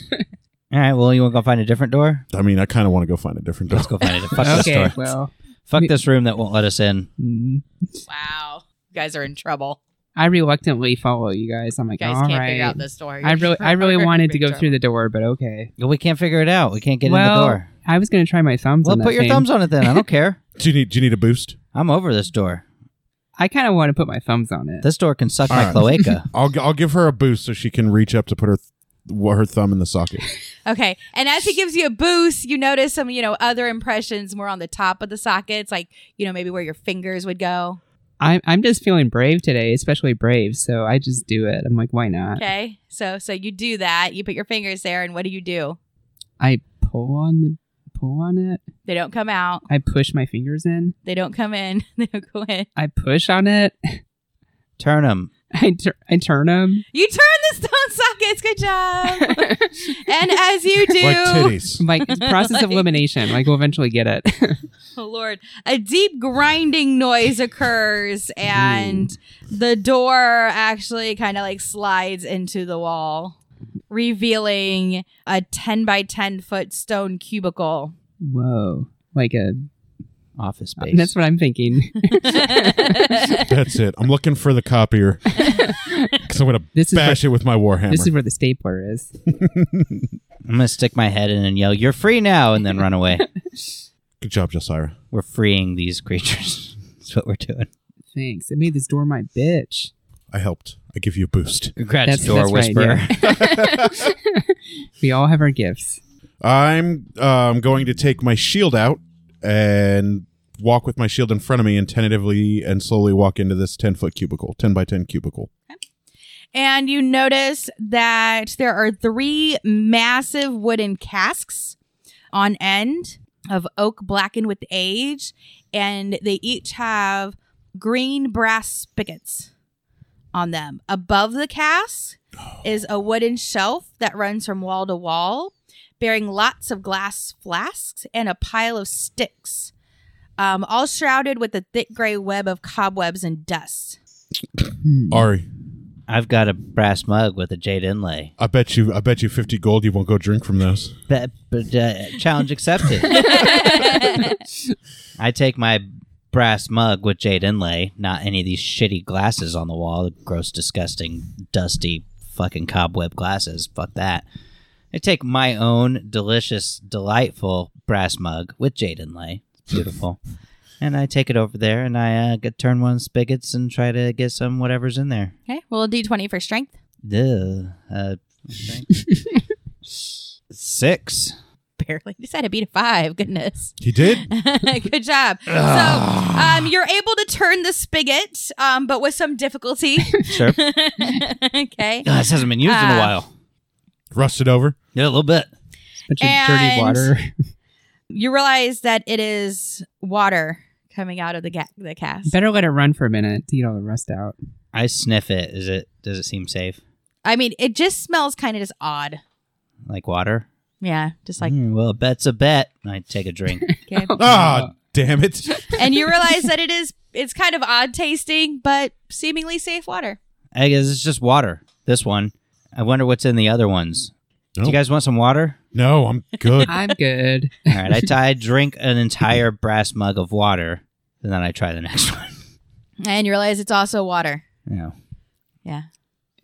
Speaker 3: All right, well, you want to go find a different door?
Speaker 4: I mean, I kind of want to go find a different door.
Speaker 3: Let's go find it. Fuck this
Speaker 1: okay,
Speaker 3: door.
Speaker 1: well,
Speaker 3: Fuck this room that won't let us in.
Speaker 1: mm,
Speaker 2: wow, you guys are in trouble.
Speaker 1: I reluctantly follow you guys. I'm
Speaker 2: You
Speaker 1: like,
Speaker 2: guys
Speaker 1: all
Speaker 2: can't figure
Speaker 1: right.
Speaker 2: out this door.
Speaker 1: I really, I really wanted to go through the door, but okay.
Speaker 3: We can't figure it out. We can't get in
Speaker 1: Well,
Speaker 3: the door.
Speaker 1: I was gonna try my thumbs.
Speaker 3: Well,
Speaker 1: on that
Speaker 3: put your
Speaker 1: thing.
Speaker 3: thumbs on it then. I don't care.
Speaker 4: Do you need? Do you need a boost?
Speaker 3: I'm over this door.
Speaker 1: I kind of want to put my thumbs on it.
Speaker 3: This door can suck
Speaker 4: All
Speaker 3: my
Speaker 4: right.
Speaker 3: cloaca.
Speaker 4: I'll g- I'll give her a boost so she can reach up to put her th- her thumb in the socket.
Speaker 2: Okay, and as he gives you a boost, you notice some, you know, other impressions more on the top of the sockets, like you know, maybe where your fingers would go.
Speaker 1: I'm, I'm just feeling brave today, especially brave. So I just do it. I'm like, why not?
Speaker 2: Okay, so so you do that. You put your fingers there, and what do you do?
Speaker 1: I pull on the pull on it.
Speaker 2: They don't come out.
Speaker 1: I push my fingers in.
Speaker 2: They don't come in. They don't go in.
Speaker 1: I push on it.
Speaker 3: Turn them.
Speaker 1: I tur- I turn them.
Speaker 2: You turn the stone sockets. Good job. and as you do,
Speaker 4: Like titties.
Speaker 1: like process of
Speaker 2: Like-
Speaker 1: elimination. Like we'll eventually get it.
Speaker 2: Oh Lord, a deep grinding noise occurs, and the door actually kind of like slides into the wall, revealing a ten by ten foot stone cubicle.
Speaker 1: Whoa. Like a
Speaker 3: Office space.
Speaker 1: that's what I'm thinking.
Speaker 4: That's it. I'm looking for the copier because I'm gonna
Speaker 1: This is
Speaker 4: bash it with my warhammer.
Speaker 1: This is where the stapler is.
Speaker 3: I'm gonna stick my head in and yell, "You're free now!" and then run away.
Speaker 4: Good job, Jelsira.
Speaker 3: we're freeing these creatures. That's what we're doing.
Speaker 1: Thanks. It made this door my bitch.
Speaker 4: I helped. I give you a boost.
Speaker 3: Grat's
Speaker 1: That's-
Speaker 3: door
Speaker 1: that's right,
Speaker 3: whisperer.
Speaker 1: We all have our gifts.
Speaker 4: I'm um, going to take my shield out and walk with my shield in front of me and tentatively and slowly walk into this 10 foot cubicle, 10 by 10 cubicle.
Speaker 2: And you notice that there are three massive wooden casks on end of oak blackened with age, and they each have green brass spigots on them. Above the cask is a wooden shelf that runs from wall to wall, bearing lots of glass flasks and a pile of sticks, um, all shrouded with a thick gray web of cobwebs and dust.
Speaker 1: Hmm.
Speaker 4: Ari,
Speaker 3: I've got a brass mug with a jade inlay.
Speaker 4: I bet you, I bet you 50 gold you won't go drink from those.
Speaker 3: But, but, uh, challenge accepted. I take my brass mug with jade inlay, not any of these shitty glasses on the wall, the gross, disgusting, dusty, fucking cobweb glasses. Fuck that. I take my own delicious, delightful brass mug with jade inlay. It's beautiful. and I take it over there and I uh, get, turn one of the spigots and try to get some whatever's in there.
Speaker 2: Okay, roll a d20 for strength.
Speaker 3: Duh. Uh, Six.
Speaker 2: barely. You said it beat a five. Goodness.
Speaker 4: He did?
Speaker 2: Good job. So um, you're able to turn the spigot, um, but with some difficulty.
Speaker 3: Sure. God,
Speaker 2: okay.
Speaker 3: this hasn't been used in
Speaker 2: Uh,
Speaker 3: a while.
Speaker 4: Rusted over?
Speaker 3: Yeah, a little bit.
Speaker 1: Bunch of
Speaker 2: And-
Speaker 1: dirty water.
Speaker 2: You realize that it is water coming out of the, ga- the cast.
Speaker 1: Better let it run for a minute to get all the rust out.
Speaker 3: I sniff it. Is it? Does it seem safe?
Speaker 2: I mean, it just smells kind of just odd.
Speaker 3: Like water?
Speaker 2: Yeah, just like.
Speaker 3: Mm, well, a bet's a bet. I take a drink.
Speaker 2: Okay.
Speaker 4: Ah, damn it.
Speaker 2: and you realize that it is, it's kind of odd tasting, but seemingly safe water.
Speaker 3: I guess it's just water. This one. I wonder what's in the other ones. Do
Speaker 4: Nope.
Speaker 3: you guys want some water?
Speaker 4: No, I'm good.
Speaker 1: I'm good.
Speaker 3: All right. I, t- I drink an entire brass mug of water, and then I try the next one.
Speaker 2: And you realize it's also water.
Speaker 3: No,
Speaker 2: Yeah.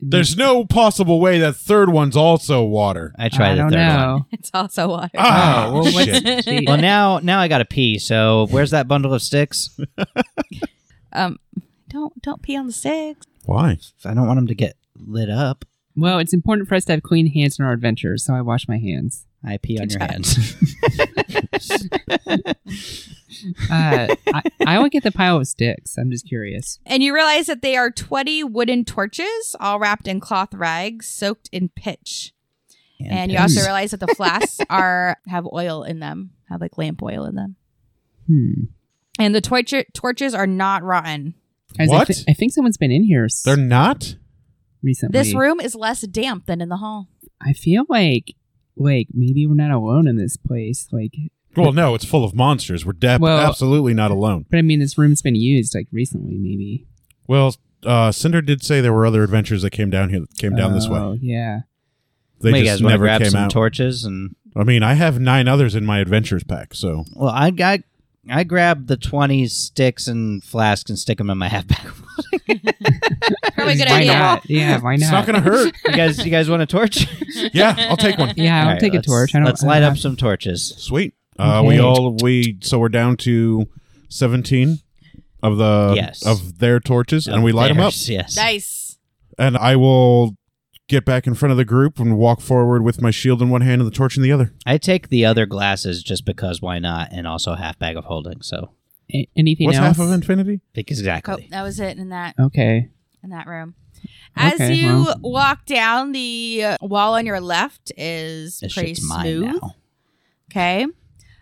Speaker 4: There's no possible way that third one's also water.
Speaker 3: I try
Speaker 1: I
Speaker 3: the
Speaker 1: don't
Speaker 3: third one.
Speaker 1: know.
Speaker 2: It's also water.
Speaker 4: Ah,
Speaker 1: well, what's-
Speaker 4: shit.
Speaker 1: Gee.
Speaker 3: Well, now now I gotta pee. So where's that bundle of sticks?
Speaker 2: Um, don't don't pee on the sticks.
Speaker 4: Why?
Speaker 3: I don't want them to get lit up.
Speaker 1: Well, it's important for us to have clean hands in our adventures, so I wash my hands.
Speaker 3: I pee on
Speaker 2: Good
Speaker 3: your
Speaker 2: job.
Speaker 3: hands.
Speaker 1: Uh, I, I will get the pile of sticks. I'm just curious.
Speaker 2: And you realize that they are 20 wooden torches, all wrapped in cloth rags, soaked in pitch. And you also realize that the flasks are have oil in them, have like lamp oil in them.
Speaker 1: Hmm.
Speaker 2: And the torture, torches are not rotten.
Speaker 1: I, was like,
Speaker 4: What?
Speaker 1: "Thi- I think someone's been in here s-
Speaker 4: They're not?
Speaker 1: recently.
Speaker 2: This room is less damp than in the hall.
Speaker 1: I feel like like maybe we're not alone in this place. Like
Speaker 4: Well, no, it's full of monsters. We're dap-
Speaker 1: Well-
Speaker 4: absolutely not alone.
Speaker 1: But I mean, this room's been used like recently, maybe.
Speaker 4: Well, uh, Cinder did say there were other adventures that came down here, came down this way.
Speaker 1: Oh, Yeah.
Speaker 4: They
Speaker 3: Well, you
Speaker 4: just
Speaker 3: guys wanna
Speaker 4: never
Speaker 3: grab
Speaker 4: came
Speaker 3: some
Speaker 4: out.
Speaker 3: torches and
Speaker 4: I mean, I have nine others in my adventures pack, so
Speaker 3: Well, I I, I grab the twenty sticks and flask and stick them in my halfback.
Speaker 2: Probably a good
Speaker 1: why
Speaker 2: idea.
Speaker 1: not? Yeah, why
Speaker 4: it's not
Speaker 1: not?
Speaker 4: gonna hurt.
Speaker 3: you guys, you guys want a torch?
Speaker 4: yeah, I'll take one.
Speaker 1: yeah, I'll
Speaker 3: All right,
Speaker 1: take a
Speaker 3: let's-
Speaker 1: torch. I don't,
Speaker 3: Let's
Speaker 1: I don't
Speaker 3: light up
Speaker 1: have-
Speaker 3: some torches.
Speaker 4: Sweet. Uh,
Speaker 1: Okay.
Speaker 4: We all we so we're down to seventeen of the
Speaker 3: Yes.
Speaker 4: of their torches, and we light them up.
Speaker 3: There's- Yes.
Speaker 2: Nice.
Speaker 4: And I will get back in front of the group and walk forward with my shield in one hand and the torch in the other.
Speaker 3: I take the other glasses just because why not, and also a half bag of holding. So
Speaker 1: A- anything
Speaker 4: What's
Speaker 1: else?
Speaker 4: half of infinity?
Speaker 3: because
Speaker 2: Oh,
Speaker 3: exactly.
Speaker 2: that was it in that
Speaker 1: Okay.
Speaker 2: in that room. As
Speaker 1: Okay,
Speaker 2: you
Speaker 1: well.
Speaker 2: walk down the uh, wall on your left is
Speaker 3: This
Speaker 2: pretty
Speaker 3: shit's mine
Speaker 2: smooth.
Speaker 3: now.
Speaker 2: Okay.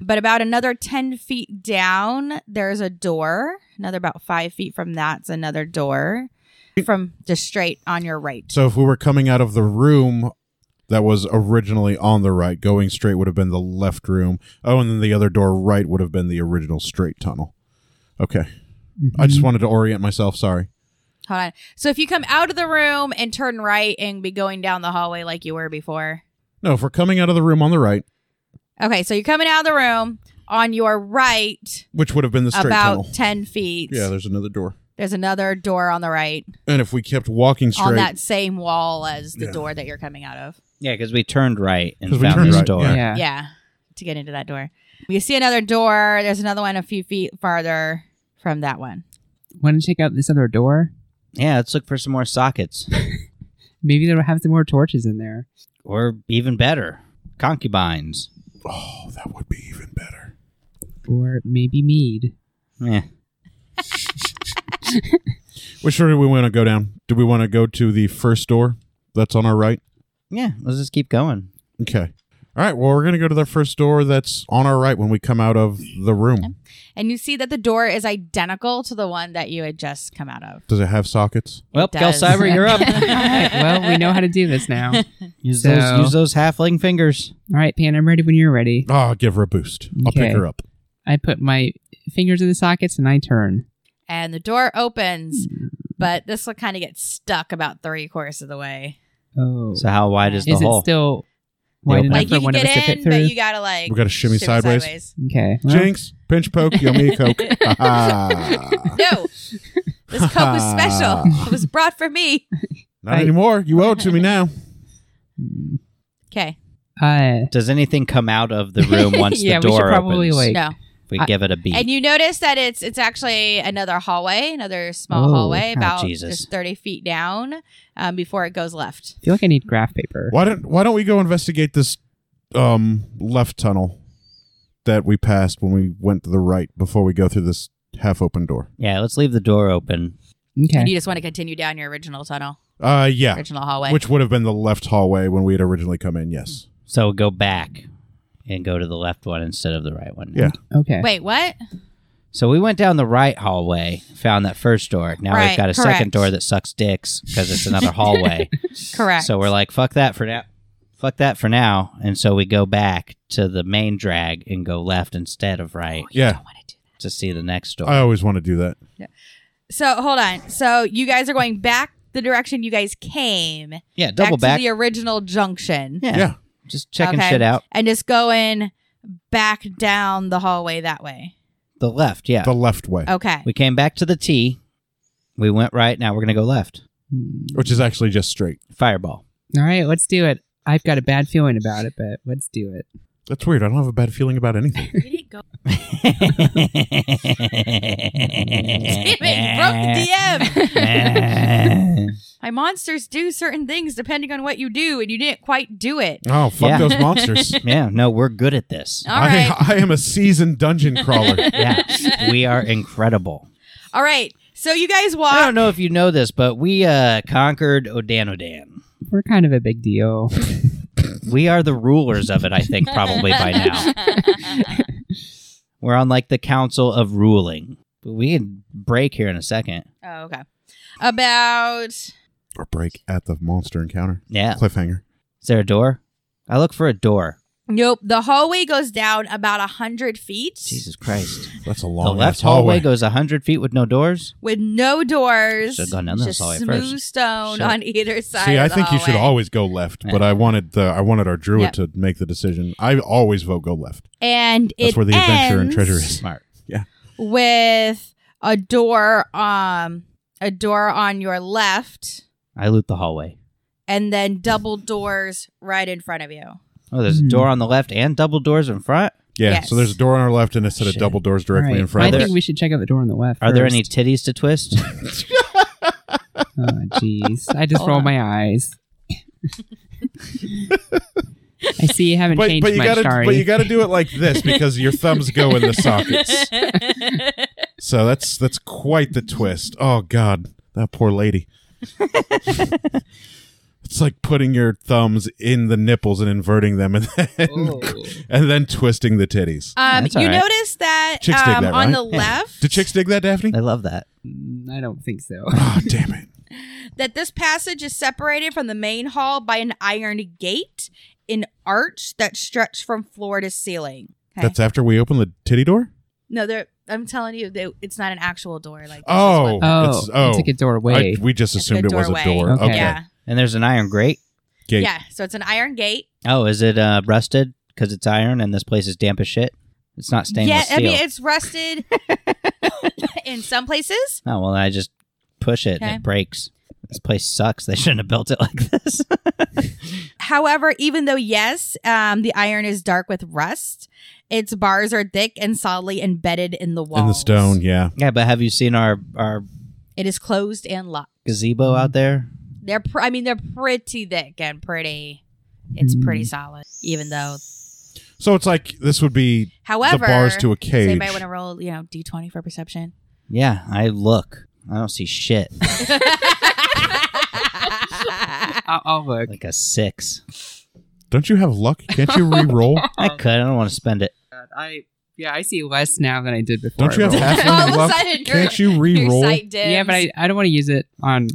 Speaker 2: But about another 10 feet down, there's a door. Another about five feet from that's another door from just straight on your right.
Speaker 4: So if we were coming out of the room that was originally on the right, going straight would have been the left room. Oh, and then the other door right would have been the original straight tunnel. Okay. I just wanted to orient myself. Sorry.
Speaker 2: Hold on. So if you come out of the room and turn right and be going down the hallway like you were before.
Speaker 4: No, if we're coming out of the room on the right,
Speaker 2: Okay. So you're coming out of the room on your right,
Speaker 4: which would have been the straight
Speaker 2: about
Speaker 4: tunnel.
Speaker 2: 10 feet.
Speaker 4: yeah, there's another door.
Speaker 2: There's another door on the right
Speaker 4: And if we kept walking
Speaker 2: on
Speaker 4: straight,
Speaker 2: that same wall as the
Speaker 4: Yeah.
Speaker 2: door that you're coming out of.
Speaker 3: Yeah, because we turned right and
Speaker 4: 'Cause we
Speaker 3: found
Speaker 4: turned
Speaker 3: this
Speaker 4: right,
Speaker 3: door.
Speaker 4: yeah.
Speaker 1: Yeah.
Speaker 2: yeah to get into that door you see another door there's another one a few feet farther from that one
Speaker 1: Want to check out this other door?
Speaker 3: Yeah, let's look for some more sockets,
Speaker 1: Maybe they'll have some more torches in there.
Speaker 3: or even better, concubines.
Speaker 4: oh, that would be even better.
Speaker 1: Or maybe mead.
Speaker 3: Yeah.
Speaker 4: Which door do we want to go down? Do we want to go to the first door that's on our right?
Speaker 3: Yeah. Let's just keep going.
Speaker 4: Okay. All right. Well, we're going to go to the first door that's on our right when we come out of the room.
Speaker 2: and you see that the door is identical to the one that you had just come out of
Speaker 4: Does it have sockets?
Speaker 3: Well, Gal
Speaker 2: does.
Speaker 3: Cyber, you're up.
Speaker 1: Alright, well, we know how to do this now. All
Speaker 3: use
Speaker 1: So-
Speaker 3: those, use those halfling fingers.
Speaker 1: right, Pan, I'm ready when you're ready.
Speaker 4: Ah, give her a boost. I'll pick
Speaker 1: Okay.
Speaker 4: her up.
Speaker 1: I put my fingers in the sockets and I turn.
Speaker 2: and the door opens but this will kind of get stuck about three quarters of the way
Speaker 1: Oh.
Speaker 3: So how wide is the
Speaker 1: is it
Speaker 3: hole?
Speaker 1: still wide
Speaker 3: open-
Speaker 1: enough
Speaker 2: like you
Speaker 1: for
Speaker 2: can
Speaker 1: one of us to
Speaker 2: get
Speaker 1: fit
Speaker 2: in but
Speaker 1: through?
Speaker 2: you gotta like
Speaker 4: We gotta shimmy sideways.
Speaker 1: Okay. well,
Speaker 4: Jinx, pinch poke, yummy coke. Ah.
Speaker 2: no this coke was special it was brought for me
Speaker 4: Not
Speaker 1: I-
Speaker 4: anymore. You owe it to me now.
Speaker 1: mm,
Speaker 2: okay
Speaker 1: Uh,
Speaker 3: Does anything come out of the room once
Speaker 1: Yeah,
Speaker 3: the
Speaker 1: we should
Speaker 3: door
Speaker 1: probably,
Speaker 3: opens?
Speaker 1: like-
Speaker 2: no
Speaker 3: If we
Speaker 1: I-
Speaker 3: give it a beat.
Speaker 2: and you notice that it's it's actually another hallway another small
Speaker 1: Oh,
Speaker 2: hallway
Speaker 3: oh,
Speaker 2: about
Speaker 3: Jesus.
Speaker 2: just 30 feet down um, before it goes left
Speaker 1: I feel like I need graph paper.
Speaker 4: Why don't Why don't we go investigate this um left tunnel that we passed when we went to the right before we go through this half open door?
Speaker 3: yeah, let's leave the door open.
Speaker 1: Okay.
Speaker 2: And you just want to continue down your original tunnel,
Speaker 4: Uh,
Speaker 3: Ah.
Speaker 4: yeah.
Speaker 2: original hallway.
Speaker 4: Which would have been the left hallway when we had originally come in. Yes.
Speaker 3: So go back and go to the left one instead of the right one.
Speaker 4: Yeah.
Speaker 1: Okay.
Speaker 2: Wait, what?
Speaker 3: So we went down the right hallway, found that first door. Now
Speaker 2: Right,
Speaker 3: we've got a
Speaker 2: correct.
Speaker 3: second door that sucks dicks because it's another hallway.
Speaker 2: Correct.
Speaker 3: so we're like, fuck that for now. Fuck that for now. And so we go back to the main drag and go left instead of right
Speaker 4: Yeah. Uh,
Speaker 3: to see the next door.
Speaker 4: I always want to do that.
Speaker 2: so hold on. So you guys are going back the direction you guys came,
Speaker 3: yeah, double back.
Speaker 2: to the original junction,
Speaker 3: yeah,
Speaker 4: Yeah.
Speaker 3: Just checking
Speaker 2: Okay.
Speaker 3: shit out.
Speaker 2: and just going back down the hallway that way.
Speaker 3: The left, yeah.
Speaker 4: The left way,
Speaker 2: Okay.
Speaker 3: We came back to the T. We went right. Now we're going to go left.
Speaker 1: Hmm.
Speaker 4: which is actually just straight.
Speaker 3: Fireball.
Speaker 1: All right, let's do it. I've got a bad feeling about it, but let's do it.
Speaker 4: That's weird. I don't have a bad feeling about anything.
Speaker 2: You didn't go. Damn it, you broke the DM. My monsters do certain things depending on what you do, and you didn't quite do it.
Speaker 4: Oh, fuck
Speaker 3: Yeah.
Speaker 4: those monsters.
Speaker 3: yeah, no, we're good at this.
Speaker 2: All right.
Speaker 4: I, I am a seasoned dungeon crawler.
Speaker 3: Yeah, we are incredible.
Speaker 2: All right. So you guys
Speaker 3: I
Speaker 2: walk.
Speaker 3: don't know if you know this, but we uh, conquered Odanodan.
Speaker 1: We're kind of a big deal.
Speaker 3: We are the rulers of it, I think, probably by now. We're on like the council of ruling. But we can break here in a second.
Speaker 2: Oh, okay. About
Speaker 4: Or break at the monster encounter.
Speaker 3: Yeah.
Speaker 4: Cliffhanger.
Speaker 3: Is there a door? I look for a door.
Speaker 2: Nope. The hallway goes down about a hundred feet
Speaker 3: Jesus Christ.
Speaker 4: That's a
Speaker 3: The
Speaker 4: long
Speaker 3: left
Speaker 4: ass
Speaker 3: hallway
Speaker 4: hallway.
Speaker 3: goes 100 feet with no doors.
Speaker 2: with no doors.
Speaker 3: Should've gone down this
Speaker 2: just
Speaker 3: hallway
Speaker 2: smooth
Speaker 3: first.
Speaker 2: stone
Speaker 3: Sure.
Speaker 2: on either side.
Speaker 4: See,
Speaker 2: of
Speaker 4: I
Speaker 2: the
Speaker 4: think you should
Speaker 2: hallway.
Speaker 4: always go left, but I wanted the I wanted our druid to make the decision. I always vote go left.
Speaker 2: And
Speaker 4: That's
Speaker 2: it
Speaker 4: where the adventure and
Speaker 2: ends
Speaker 4: treasure is.
Speaker 3: Smart.
Speaker 2: with a door, um, a door on your left,
Speaker 3: I loot the hallway.
Speaker 2: and then double doors right in front of you.
Speaker 3: Oh, there's a
Speaker 1: Hmm.
Speaker 3: door on the left and double doors in front.
Speaker 4: Yeah.
Speaker 2: Yes.
Speaker 4: So there's a door on our left and a set of
Speaker 3: Shit.
Speaker 4: double doors directly
Speaker 1: All right.
Speaker 4: in front
Speaker 1: I
Speaker 4: of
Speaker 3: Are
Speaker 4: us.
Speaker 1: think we should check out the door on the left.
Speaker 3: Are there any
Speaker 1: first.
Speaker 3: titties to twist?
Speaker 1: Oh, jeez. I just
Speaker 2: Hold
Speaker 1: rolled
Speaker 2: on.
Speaker 1: my eyes. I see you haven't
Speaker 4: But
Speaker 1: changed
Speaker 4: but you
Speaker 1: much,
Speaker 4: gotta
Speaker 1: sorry.
Speaker 4: but you gotta do it like this because your thumbs go in the sockets. So that's that's quite the twist. Oh God, that poor lady. it's like putting your thumbs in the nipples and inverting them, and then
Speaker 3: Oh.
Speaker 4: and then twisting the titties.
Speaker 2: Um,
Speaker 3: That's
Speaker 2: you
Speaker 3: all right.
Speaker 2: notice that,
Speaker 4: Chicks dig
Speaker 2: um,
Speaker 4: that,
Speaker 2: on
Speaker 4: right?
Speaker 2: the
Speaker 3: Yeah.
Speaker 2: left
Speaker 4: Did chicks dig that, Daphne?
Speaker 3: I love that.
Speaker 1: Mm, I don't think so.
Speaker 4: Oh damn it!
Speaker 2: that this passage is separated from the main hall by an iron gate, an arch that stretched from floor to ceiling. Okay.
Speaker 4: That's after we open the titty door.
Speaker 2: no, they're, I'm telling you, they, it's not an actual door. Like this is
Speaker 4: Oh,
Speaker 2: what-
Speaker 1: Oh,
Speaker 4: it's, oh,
Speaker 1: I took a
Speaker 4: I,
Speaker 1: doorway.
Speaker 4: we just
Speaker 2: It's
Speaker 4: assumed
Speaker 2: a
Speaker 4: it was a
Speaker 2: doorway.
Speaker 4: door.
Speaker 1: Okay.
Speaker 4: Okay,
Speaker 2: yeah,
Speaker 3: And there's an iron grate.
Speaker 4: Gate.
Speaker 2: yeah. So it's an iron gate.
Speaker 3: Oh, is it uh, rusted? Because it's iron and this place is damp as shit. It's not stainless
Speaker 2: yeah,
Speaker 3: steel.
Speaker 2: I mean it's rusted in some places.
Speaker 3: oh well, I just push it
Speaker 2: Okay.
Speaker 3: and it breaks. This place sucks. They shouldn't have built it like this.
Speaker 2: However, even though yes, um, the iron is dark with rust, its bars are thick and solidly embedded in the wall.
Speaker 4: in the stone. Yeah,
Speaker 3: yeah, but have you seen our our
Speaker 2: It is closed and locked.
Speaker 3: gazebo out there?
Speaker 2: They're, pr- I mean, they're pretty thick and pretty. It's
Speaker 3: Mm.
Speaker 2: pretty solid, even though.
Speaker 4: so it's like this would be
Speaker 2: However,
Speaker 4: the bars to a
Speaker 2: does
Speaker 4: cage.
Speaker 2: anybody want to roll, you know, d twenty for perception?
Speaker 3: Yeah, I look. I don't see shit.
Speaker 1: I'll, I'll look.
Speaker 3: like a six.
Speaker 4: Don't you have luck? Can't you re-roll?
Speaker 3: I could. I don't want to spend it.
Speaker 1: I yeah, I see less now than I did before.
Speaker 4: Don't you have
Speaker 1: I rolled.
Speaker 4: half
Speaker 2: All of a
Speaker 4: luck?
Speaker 2: sudden,
Speaker 4: Can't
Speaker 2: your-
Speaker 4: you re-roll?
Speaker 2: Your sight dims.
Speaker 1: Yeah, but I, I don't want to use it on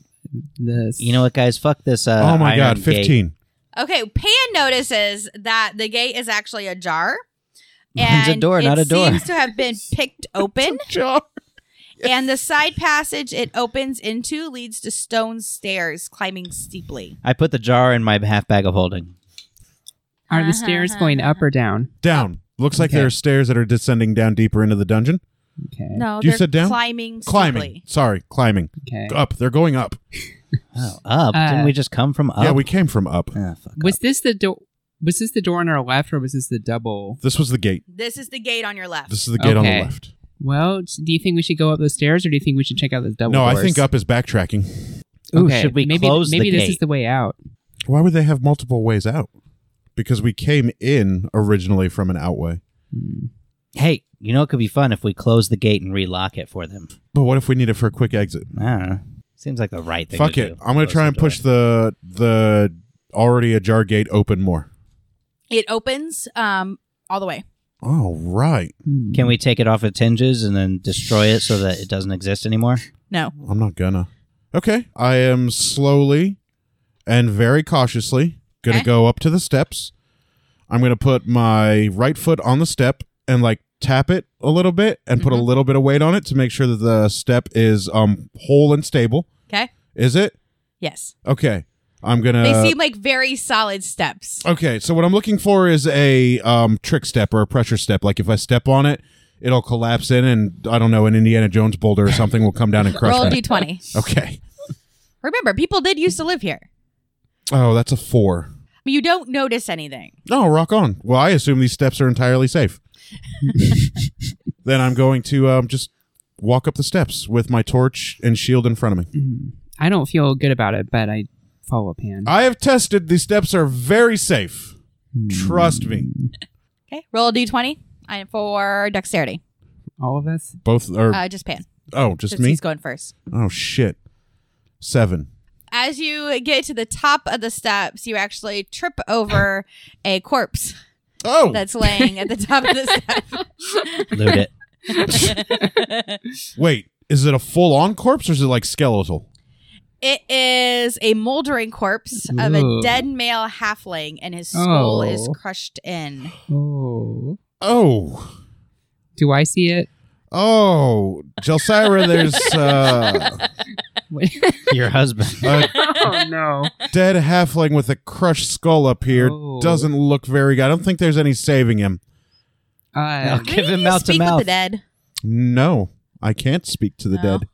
Speaker 1: this.
Speaker 3: You know what, guys? Fuck this. Uh,
Speaker 4: oh my
Speaker 3: iron
Speaker 4: god,
Speaker 3: gate.
Speaker 4: fifteen.
Speaker 2: Okay, Pan notices that the gate is actually ajar.
Speaker 3: Mine's a
Speaker 2: and
Speaker 3: door,
Speaker 2: it
Speaker 3: not a door.
Speaker 2: Seems to have been picked open, and the side passage it opens into leads to stone stairs climbing steeply.
Speaker 3: I put the jar in my half bag of holding.
Speaker 1: Are the stairs going up or down?
Speaker 4: Down. Looks like
Speaker 3: Okay.
Speaker 4: there are stairs that are descending down deeper into the dungeon.
Speaker 1: Okay.
Speaker 2: No,
Speaker 4: You
Speaker 2: they're
Speaker 4: said down?
Speaker 2: climbing,
Speaker 4: Climbing.
Speaker 2: steeply.
Speaker 4: Sorry, climbing.
Speaker 1: Okay.
Speaker 4: Up. They're going up.
Speaker 3: Oh, up! Didn't
Speaker 1: Uh,
Speaker 3: we just come from up?
Speaker 4: Yeah, we came from up.
Speaker 3: Ah, fuck
Speaker 1: Was
Speaker 3: up.
Speaker 1: this the door? Was this the door on our left, or was this the double?
Speaker 4: This was the gate.
Speaker 2: This is the gate on your left.
Speaker 4: This is the gate on the
Speaker 1: Okay.
Speaker 4: left.
Speaker 1: Well, s- do you think we should go up those stairs, or do you think we should check out those double?
Speaker 4: no, I
Speaker 1: doors?
Speaker 4: think up is backtracking.
Speaker 3: Ooh, should we
Speaker 1: maybe,
Speaker 3: close the
Speaker 1: Maybe this is
Speaker 3: gate?
Speaker 1: the way out.
Speaker 4: Why would they have multiple ways out? Because we came in originally from an outway.
Speaker 3: Hey, you know it could be fun if we close the gate and relock it for them.
Speaker 4: But what if we need it for a quick exit?
Speaker 3: I don't know. Seems like the right thing.
Speaker 4: Fuck
Speaker 3: to
Speaker 4: it.
Speaker 3: do.
Speaker 4: I'm gonna
Speaker 3: Close
Speaker 4: try and
Speaker 3: door.
Speaker 4: push the the already ajar gate open more.
Speaker 2: It opens um all the way.
Speaker 4: All right.
Speaker 1: Hmm.
Speaker 3: Can we take it off its hinges and then destroy it so that it doesn't exist anymore?
Speaker 2: No.
Speaker 4: I'm not gonna. Okay. I am slowly and very cautiously gonna
Speaker 2: Okay.
Speaker 4: go up to the steps. I'm gonna put my right foot on the step and like tap it a little bit and put a
Speaker 2: Mhm.
Speaker 4: little bit of weight on it to make sure that the step is um whole and stable.
Speaker 2: 'Kay.
Speaker 4: Is it?
Speaker 2: Yes.
Speaker 4: Okay. I'm gonna
Speaker 2: they seem like very solid steps.
Speaker 4: Okay, so what I'm looking for is a um, trick step or a pressure step. Like if I step on it, it'll collapse in, and I don't know, an Indiana Jones boulder or something will come down and crush
Speaker 2: Roll
Speaker 4: me.
Speaker 2: d twenty.
Speaker 4: okay.
Speaker 2: Remember, people did used to live here.
Speaker 4: Oh, that's a four.
Speaker 2: You don't notice anything.
Speaker 4: No, rock on. Well, I assume these steps are entirely safe. then I'm going to um, just walk up the steps with my torch and shield in front of me.
Speaker 1: I don't feel good about it, but I follow Pan.
Speaker 4: I have tested; these steps are very safe. Trust me.
Speaker 2: Okay. Roll d twenty for dexterity.
Speaker 4: Oh.
Speaker 1: All of us.
Speaker 4: Both are.
Speaker 2: Uh, just pan.
Speaker 4: oh, just
Speaker 2: Since
Speaker 4: me.
Speaker 2: he's going first.
Speaker 4: Oh shit. Seven.
Speaker 2: As you get to the top of the steps, you actually trip over a corpse
Speaker 4: Oh,
Speaker 2: that's laying at the top of the steps.
Speaker 3: Loot it.
Speaker 4: Wait, is it a full on corpse or is it like skeletal?
Speaker 2: It is a moldering corpse of a
Speaker 1: Ooh.
Speaker 2: dead male halfling, and his skull is
Speaker 1: Oh.
Speaker 2: crushed in.
Speaker 1: Oh.
Speaker 4: Oh,
Speaker 1: Do I see it?
Speaker 4: oh, Jelsira, there's uh,
Speaker 1: What-
Speaker 3: Your husband.
Speaker 4: a
Speaker 1: oh no.
Speaker 4: dead halfling with a crushed skull up here.
Speaker 1: Oh.
Speaker 4: Doesn't look very good. I don't think there's any saving him.
Speaker 1: Uh,
Speaker 3: I'll give
Speaker 2: Maybe
Speaker 3: him
Speaker 2: you
Speaker 3: mouth to
Speaker 2: speak with
Speaker 3: mouth.
Speaker 2: the dead.
Speaker 4: No, I can't speak to the
Speaker 2: No.
Speaker 4: dead.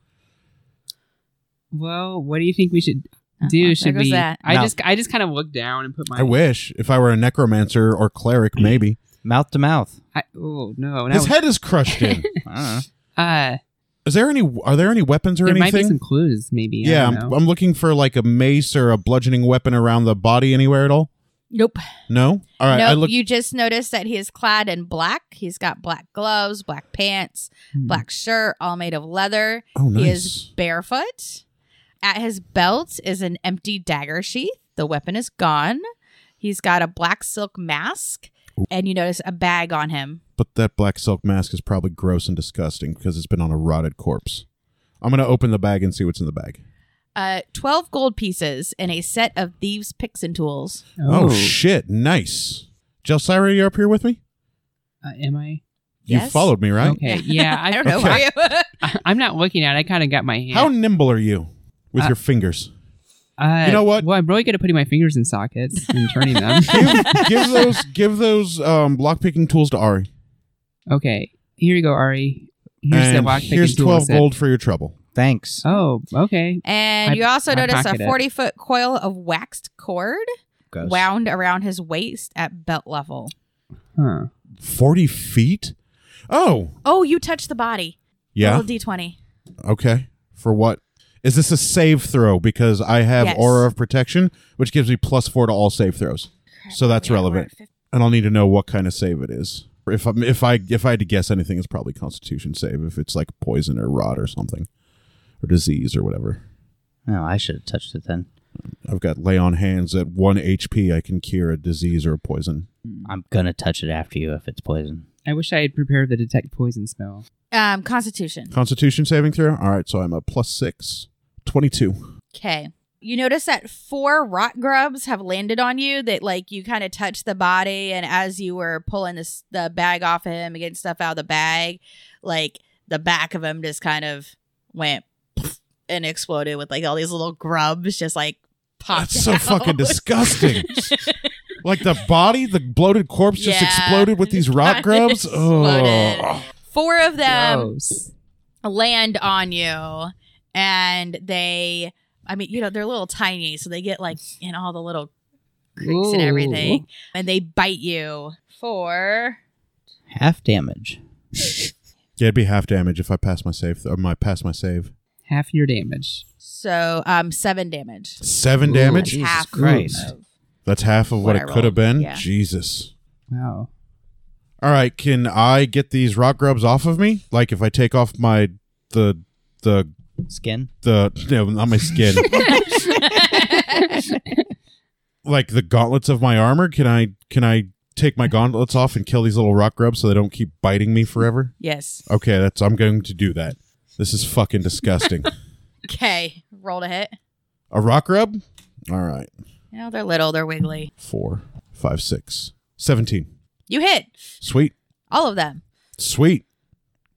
Speaker 1: well, what do you think we should
Speaker 2: Uh-huh,
Speaker 1: do?
Speaker 2: there
Speaker 1: should
Speaker 2: goes
Speaker 1: we?
Speaker 2: that.
Speaker 1: I
Speaker 3: No.
Speaker 1: just I just kind of looked down and put my.
Speaker 4: I wish if I were a necromancer or cleric, maybe
Speaker 3: Mouth to mouth.
Speaker 1: I- oh no.
Speaker 4: his
Speaker 1: Now,
Speaker 4: head is crushed in.
Speaker 3: I don't know.
Speaker 1: uh,
Speaker 4: Is there any? Are there any weapons or
Speaker 1: there might be
Speaker 4: anything?
Speaker 1: some clues, maybe. I
Speaker 4: yeah,
Speaker 1: don't
Speaker 4: I'm,
Speaker 1: know.
Speaker 4: I'm looking for like a mace or a bludgeoning weapon around the body anywhere at all.
Speaker 2: Nope.
Speaker 4: No. All right.
Speaker 2: nope.
Speaker 4: I look.
Speaker 2: You just noticed that he is clad in black. He's got black gloves, black pants,
Speaker 1: Hmm.
Speaker 2: black shirt, all made of leather.
Speaker 4: oh, nice.
Speaker 2: He is barefoot. At his belt is an empty dagger sheath. The weapon is gone. He's got a black silk mask, and you notice a bag on him.
Speaker 4: but that black silk mask is probably gross and disgusting because it's been on a rotted corpse. I'm gonna open the bag and see what's in the bag.
Speaker 2: Uh, 12 gold pieces and a set of thieves' picks and tools.
Speaker 4: Oh, shit! Nice. Jelsira, you up here with me?
Speaker 1: Uh, am I?
Speaker 4: You
Speaker 2: Yes.
Speaker 4: followed me, right?
Speaker 1: Okay. Yeah. I,
Speaker 2: I don't know.
Speaker 4: Okay.
Speaker 2: why
Speaker 1: I, I'm not looking at. it. I kind of got my hand.
Speaker 4: How nimble are you with
Speaker 1: Uh,
Speaker 4: your fingers?
Speaker 1: Uh,
Speaker 4: You know what?
Speaker 1: Well, I'm really good at putting my fingers in sockets and turning them.
Speaker 4: give, give those give those um, lock picking tools to Ari.
Speaker 1: okay, here you go, Ari. Here's the
Speaker 4: and
Speaker 1: lock picking
Speaker 4: here's
Speaker 1: tool
Speaker 4: twelve
Speaker 1: set.
Speaker 4: gold for your trouble.
Speaker 3: Thanks.
Speaker 1: Oh, okay.
Speaker 2: and
Speaker 1: I-
Speaker 2: you also
Speaker 1: I
Speaker 2: notice a
Speaker 1: pocket it.
Speaker 2: 40 foot coil of waxed cord
Speaker 3: Gross.
Speaker 2: wound around his waist at belt level.
Speaker 1: Huh.
Speaker 4: Forty feet. Oh
Speaker 2: Oh, you touch the body.
Speaker 4: yeah.
Speaker 2: Roll a d20.
Speaker 4: Okay. For what? Is this a save throw? Because I have
Speaker 2: Yes.
Speaker 4: aura of protection, which gives me plus four to all save throws, So that's
Speaker 2: Yeah, we're
Speaker 4: relevant.
Speaker 2: at fif-
Speaker 4: and I'll need to know what kind of save it is. If I'm if I if I had to guess anything, it's probably Constitution save. If it's like poison or rot or something, or disease or whatever.
Speaker 3: No, Oh, I should have touched it then.
Speaker 4: I've got lay on hands at one HP. I can cure a disease or a poison.
Speaker 3: I'm gonna touch it after you if it's poison.
Speaker 1: I wish I had prepared the detect poison spell.
Speaker 2: Um, Constitution.
Speaker 4: Constitution saving throw. All right, so I'm a plus six. 22.
Speaker 2: Okay. You notice that four rot grubs have landed on you that like you kind of touch the body and as you were pulling this the bag off of him and getting stuff out of the bag, like the back of him just kind of went and exploded with like all these little grubs just like popped.
Speaker 4: That's so
Speaker 2: out.
Speaker 4: fucking disgusting. like the body, the bloated corpse just
Speaker 2: Yeah.
Speaker 4: exploded with these
Speaker 2: It
Speaker 4: rock grubs.
Speaker 2: exploded.
Speaker 4: Ugh.
Speaker 2: Four of them
Speaker 1: Gross.
Speaker 2: land on you and they I mean, you know, they're little tiny, so they get like in all the little creaks and
Speaker 1: Ooh.
Speaker 2: everything. And they bite you for
Speaker 3: Half damage.
Speaker 4: Yeah, it'd be half damage if I pass my save. Or my pass my save.
Speaker 1: Half your damage.
Speaker 2: so um seven damage.
Speaker 4: Seven
Speaker 1: Ooh.
Speaker 4: damage.
Speaker 2: That's
Speaker 3: Jesus
Speaker 2: half
Speaker 3: Christ.
Speaker 2: of-
Speaker 4: That's half of what,
Speaker 2: What
Speaker 4: it
Speaker 2: I
Speaker 4: could have
Speaker 2: rolled,
Speaker 4: been.
Speaker 2: yeah.
Speaker 4: Jesus.
Speaker 1: Wow.
Speaker 4: All right, can I get these rock grubs off of me? Like if I take off my the the
Speaker 3: Skin.
Speaker 4: the no, not my skin, like the gauntlets of my armor. Can I can I take my gauntlets off and kill these little rock grubs so they don't keep biting me forever?
Speaker 2: Yes.
Speaker 4: Okay, that's I'm going to do that. This is fucking disgusting.
Speaker 2: Okay. Roll to hit.
Speaker 4: A rock grub. All right,
Speaker 2: You know, they're little, they're wiggly.
Speaker 4: four, five, six, seventeen.
Speaker 2: You hit
Speaker 4: Sweet,
Speaker 2: all of them.
Speaker 4: sweet.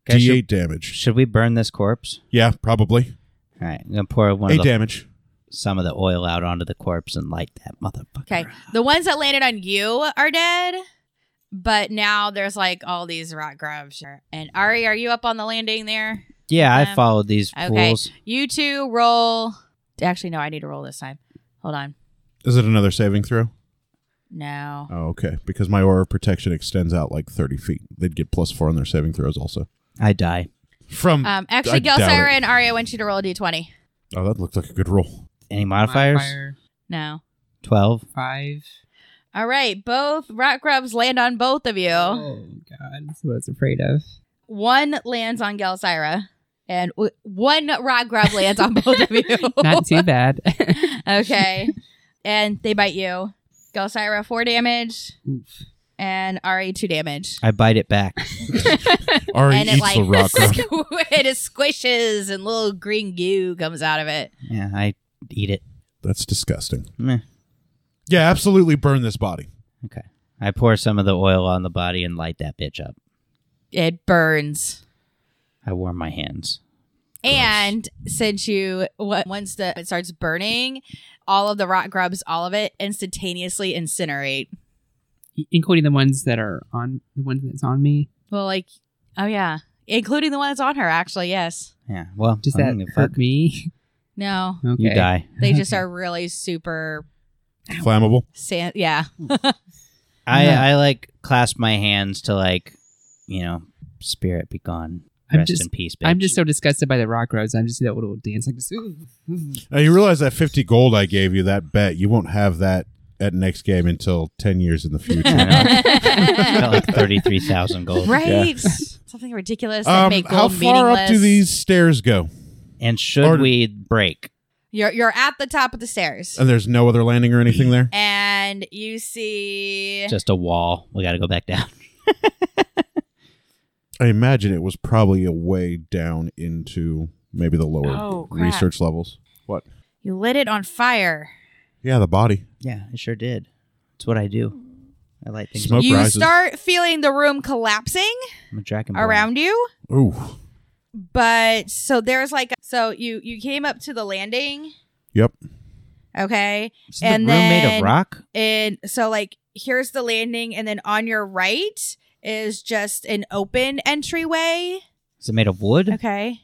Speaker 3: Okay,
Speaker 4: D8
Speaker 3: should,
Speaker 4: damage.
Speaker 3: should we burn this corpse?
Speaker 4: Yeah, probably.
Speaker 3: All right, I'm gonna pour one
Speaker 4: Eight
Speaker 3: of the,
Speaker 4: damage.
Speaker 3: some of the oil out onto the corpse and light that motherfucker.
Speaker 2: Okay. The ones that landed on you are dead. But now there's like all these rock grubs. And Ari, are you up on the landing there?
Speaker 3: Yeah, I
Speaker 2: Um,
Speaker 3: followed these
Speaker 2: okay.
Speaker 3: fools.
Speaker 2: You two roll. Actually, no, I need to roll this time. Hold on.
Speaker 4: Is it another saving throw?
Speaker 2: No.
Speaker 4: Oh, okay. Because my aura of protection extends out like 30 feet. They'd get plus four on their saving throws also.
Speaker 3: I die.
Speaker 4: From.
Speaker 2: Um, actually,
Speaker 4: Hmm, I doubt
Speaker 2: Gelsira
Speaker 4: it.
Speaker 2: and Ari, I want you to roll a d20.
Speaker 4: oh, that looked like a good roll.
Speaker 3: Any modifiers?
Speaker 1: Modifier
Speaker 2: No.
Speaker 3: Twelve.
Speaker 1: five.
Speaker 2: All right, both rock grubs land on both of you.
Speaker 1: Oh God, that's what I was afraid of.
Speaker 2: One lands on Gelsira, and w- one rock grub lands on both of you.
Speaker 1: Not too bad.
Speaker 2: okay, and they bite you. Gelsira four damage,
Speaker 1: Oof.
Speaker 2: and Ari two damage.
Speaker 3: I bite it back.
Speaker 4: Ari
Speaker 2: and
Speaker 4: E eats the rock.
Speaker 2: it just squishes, and little green goo comes out of it.
Speaker 3: yeah, I eat it.
Speaker 4: That's disgusting.
Speaker 3: Meh.
Speaker 4: Yeah, absolutely burn this body.
Speaker 3: Okay. I pour some of the oil on the body and light that bitch up.
Speaker 2: It burns.
Speaker 3: I warm my hands.
Speaker 2: And since you wa- once the it starts burning, all of the rot grubs, all of it, instantaneously incinerate.
Speaker 1: including the ones that are on the ones that's on me.
Speaker 2: Well, like, oh yeah, including the one that's on her. Actually, yes.
Speaker 3: Yeah. Well,
Speaker 1: Does
Speaker 3: I
Speaker 1: that
Speaker 3: don't give a
Speaker 1: hurt
Speaker 3: fuck.
Speaker 1: me?
Speaker 2: No,
Speaker 1: Okay.
Speaker 3: You die.
Speaker 2: they just are really super.
Speaker 4: Flammable.
Speaker 2: San- yeah,
Speaker 3: I,
Speaker 1: No.
Speaker 3: I like clasp my hands to like, you know, spirit be gone.
Speaker 1: I'm
Speaker 3: Rest
Speaker 1: just-
Speaker 3: in peace, bitch.
Speaker 1: I'm just so disgusted by the rock roads. I'm just that little dance like this.
Speaker 4: Now you realize that fifty gold I gave you, that bet, you won't have that at next game until ten years in the
Speaker 3: I
Speaker 4: future.
Speaker 3: know. got like thirty three thousand gold.
Speaker 2: right. Something ridiculous that
Speaker 4: um,
Speaker 2: make
Speaker 4: how
Speaker 2: gold
Speaker 4: far up
Speaker 2: meaningless.
Speaker 4: do these stairs go?
Speaker 3: And should
Speaker 4: Or-
Speaker 3: we break?
Speaker 2: You're you're at the top of the stairs,
Speaker 4: And there's no other landing or anything there.
Speaker 2: and you see.
Speaker 3: Just a wall. We got to go back down.
Speaker 4: I imagine it was probably a way down into maybe the lower
Speaker 2: Oh, crap.
Speaker 4: research levels. What?
Speaker 2: You lit it on fire.
Speaker 4: Yeah, the body.
Speaker 3: Yeah, I sure did. It's what I do. I like things.
Speaker 4: Smoke
Speaker 2: you
Speaker 4: rises.
Speaker 2: start feeling the room collapsing
Speaker 3: I'm a dragon. born.
Speaker 2: around you.
Speaker 4: Ooh.
Speaker 2: but so there's like so you you came up to the landing
Speaker 4: Yep.
Speaker 2: okay
Speaker 3: Is
Speaker 2: and
Speaker 3: the room made
Speaker 2: then-
Speaker 3: of rock?
Speaker 2: and so like here's the landing and then on your right is just an open entryway
Speaker 3: Is it made of wood?
Speaker 2: okay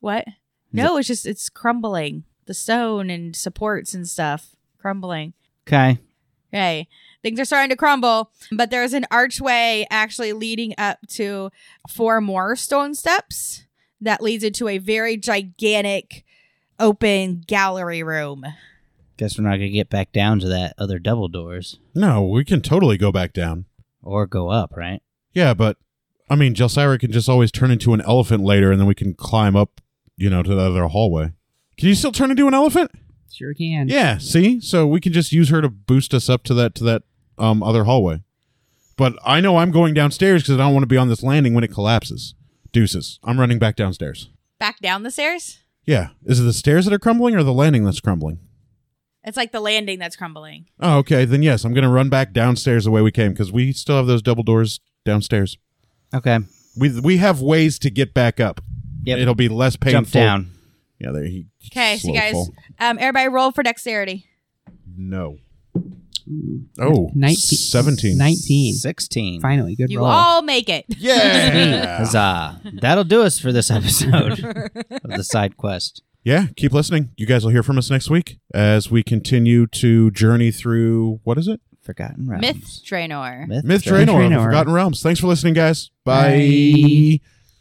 Speaker 2: what no it's just it's crumbling the stone and supports and stuff crumbling
Speaker 3: Okay.
Speaker 2: okay things are starting to crumble but there's an archway actually leading up to four more stone steps that leads into a very gigantic open gallery room
Speaker 3: Guess we're not gonna get back down to that other double doors
Speaker 4: No, we can totally go back down.
Speaker 3: or go up, right?
Speaker 4: Yeah, but I mean, Jelsira can just always turn into an elephant later, and then we can climb up, you know, to the other hallway. Can you still turn into an elephant?
Speaker 1: Sure can.
Speaker 4: Yeah. See, so we can just use her to boost us up to that to that um, other hallway. But I know I'm going downstairs because I don't want to be on this landing when it collapses. Deuces. I'm running back downstairs.
Speaker 2: back down the stairs
Speaker 4: Yeah. Is it the stairs that are crumbling or the landing that's crumbling?
Speaker 2: it's like the landing that's crumbling
Speaker 4: Oh, okay. Then yes, I'm going to run back downstairs the way we came because we still have those double doors downstairs.
Speaker 3: Okay.
Speaker 4: We we have ways to get back up.
Speaker 3: Yep.
Speaker 4: It'll be less painful.
Speaker 3: Jump down.
Speaker 4: Yeah, there he.
Speaker 2: okay so you
Speaker 4: slow
Speaker 2: guys
Speaker 4: fall.
Speaker 2: um everybody roll for dexterity
Speaker 4: No.
Speaker 1: Ooh.
Speaker 4: Oh,
Speaker 1: Nineteen-
Speaker 4: 17.
Speaker 1: Nineteen.
Speaker 3: Sixteen.
Speaker 1: Finally, good
Speaker 2: you
Speaker 1: roll.
Speaker 2: all make it
Speaker 4: Yeah.
Speaker 3: Huzzah. That'll do us for this episode of the side quest.
Speaker 4: yeah. Keep listening. You guys will hear from us next week as we continue to journey through what is it?
Speaker 3: Forgotten realms.
Speaker 2: myth draenor
Speaker 3: Myth,
Speaker 4: Myth Draenor,
Speaker 3: Draenor.
Speaker 4: of the
Speaker 1: Draenor.
Speaker 4: Forgotten Realms. Thanks for listening, guys.
Speaker 1: Bye.
Speaker 4: Bye.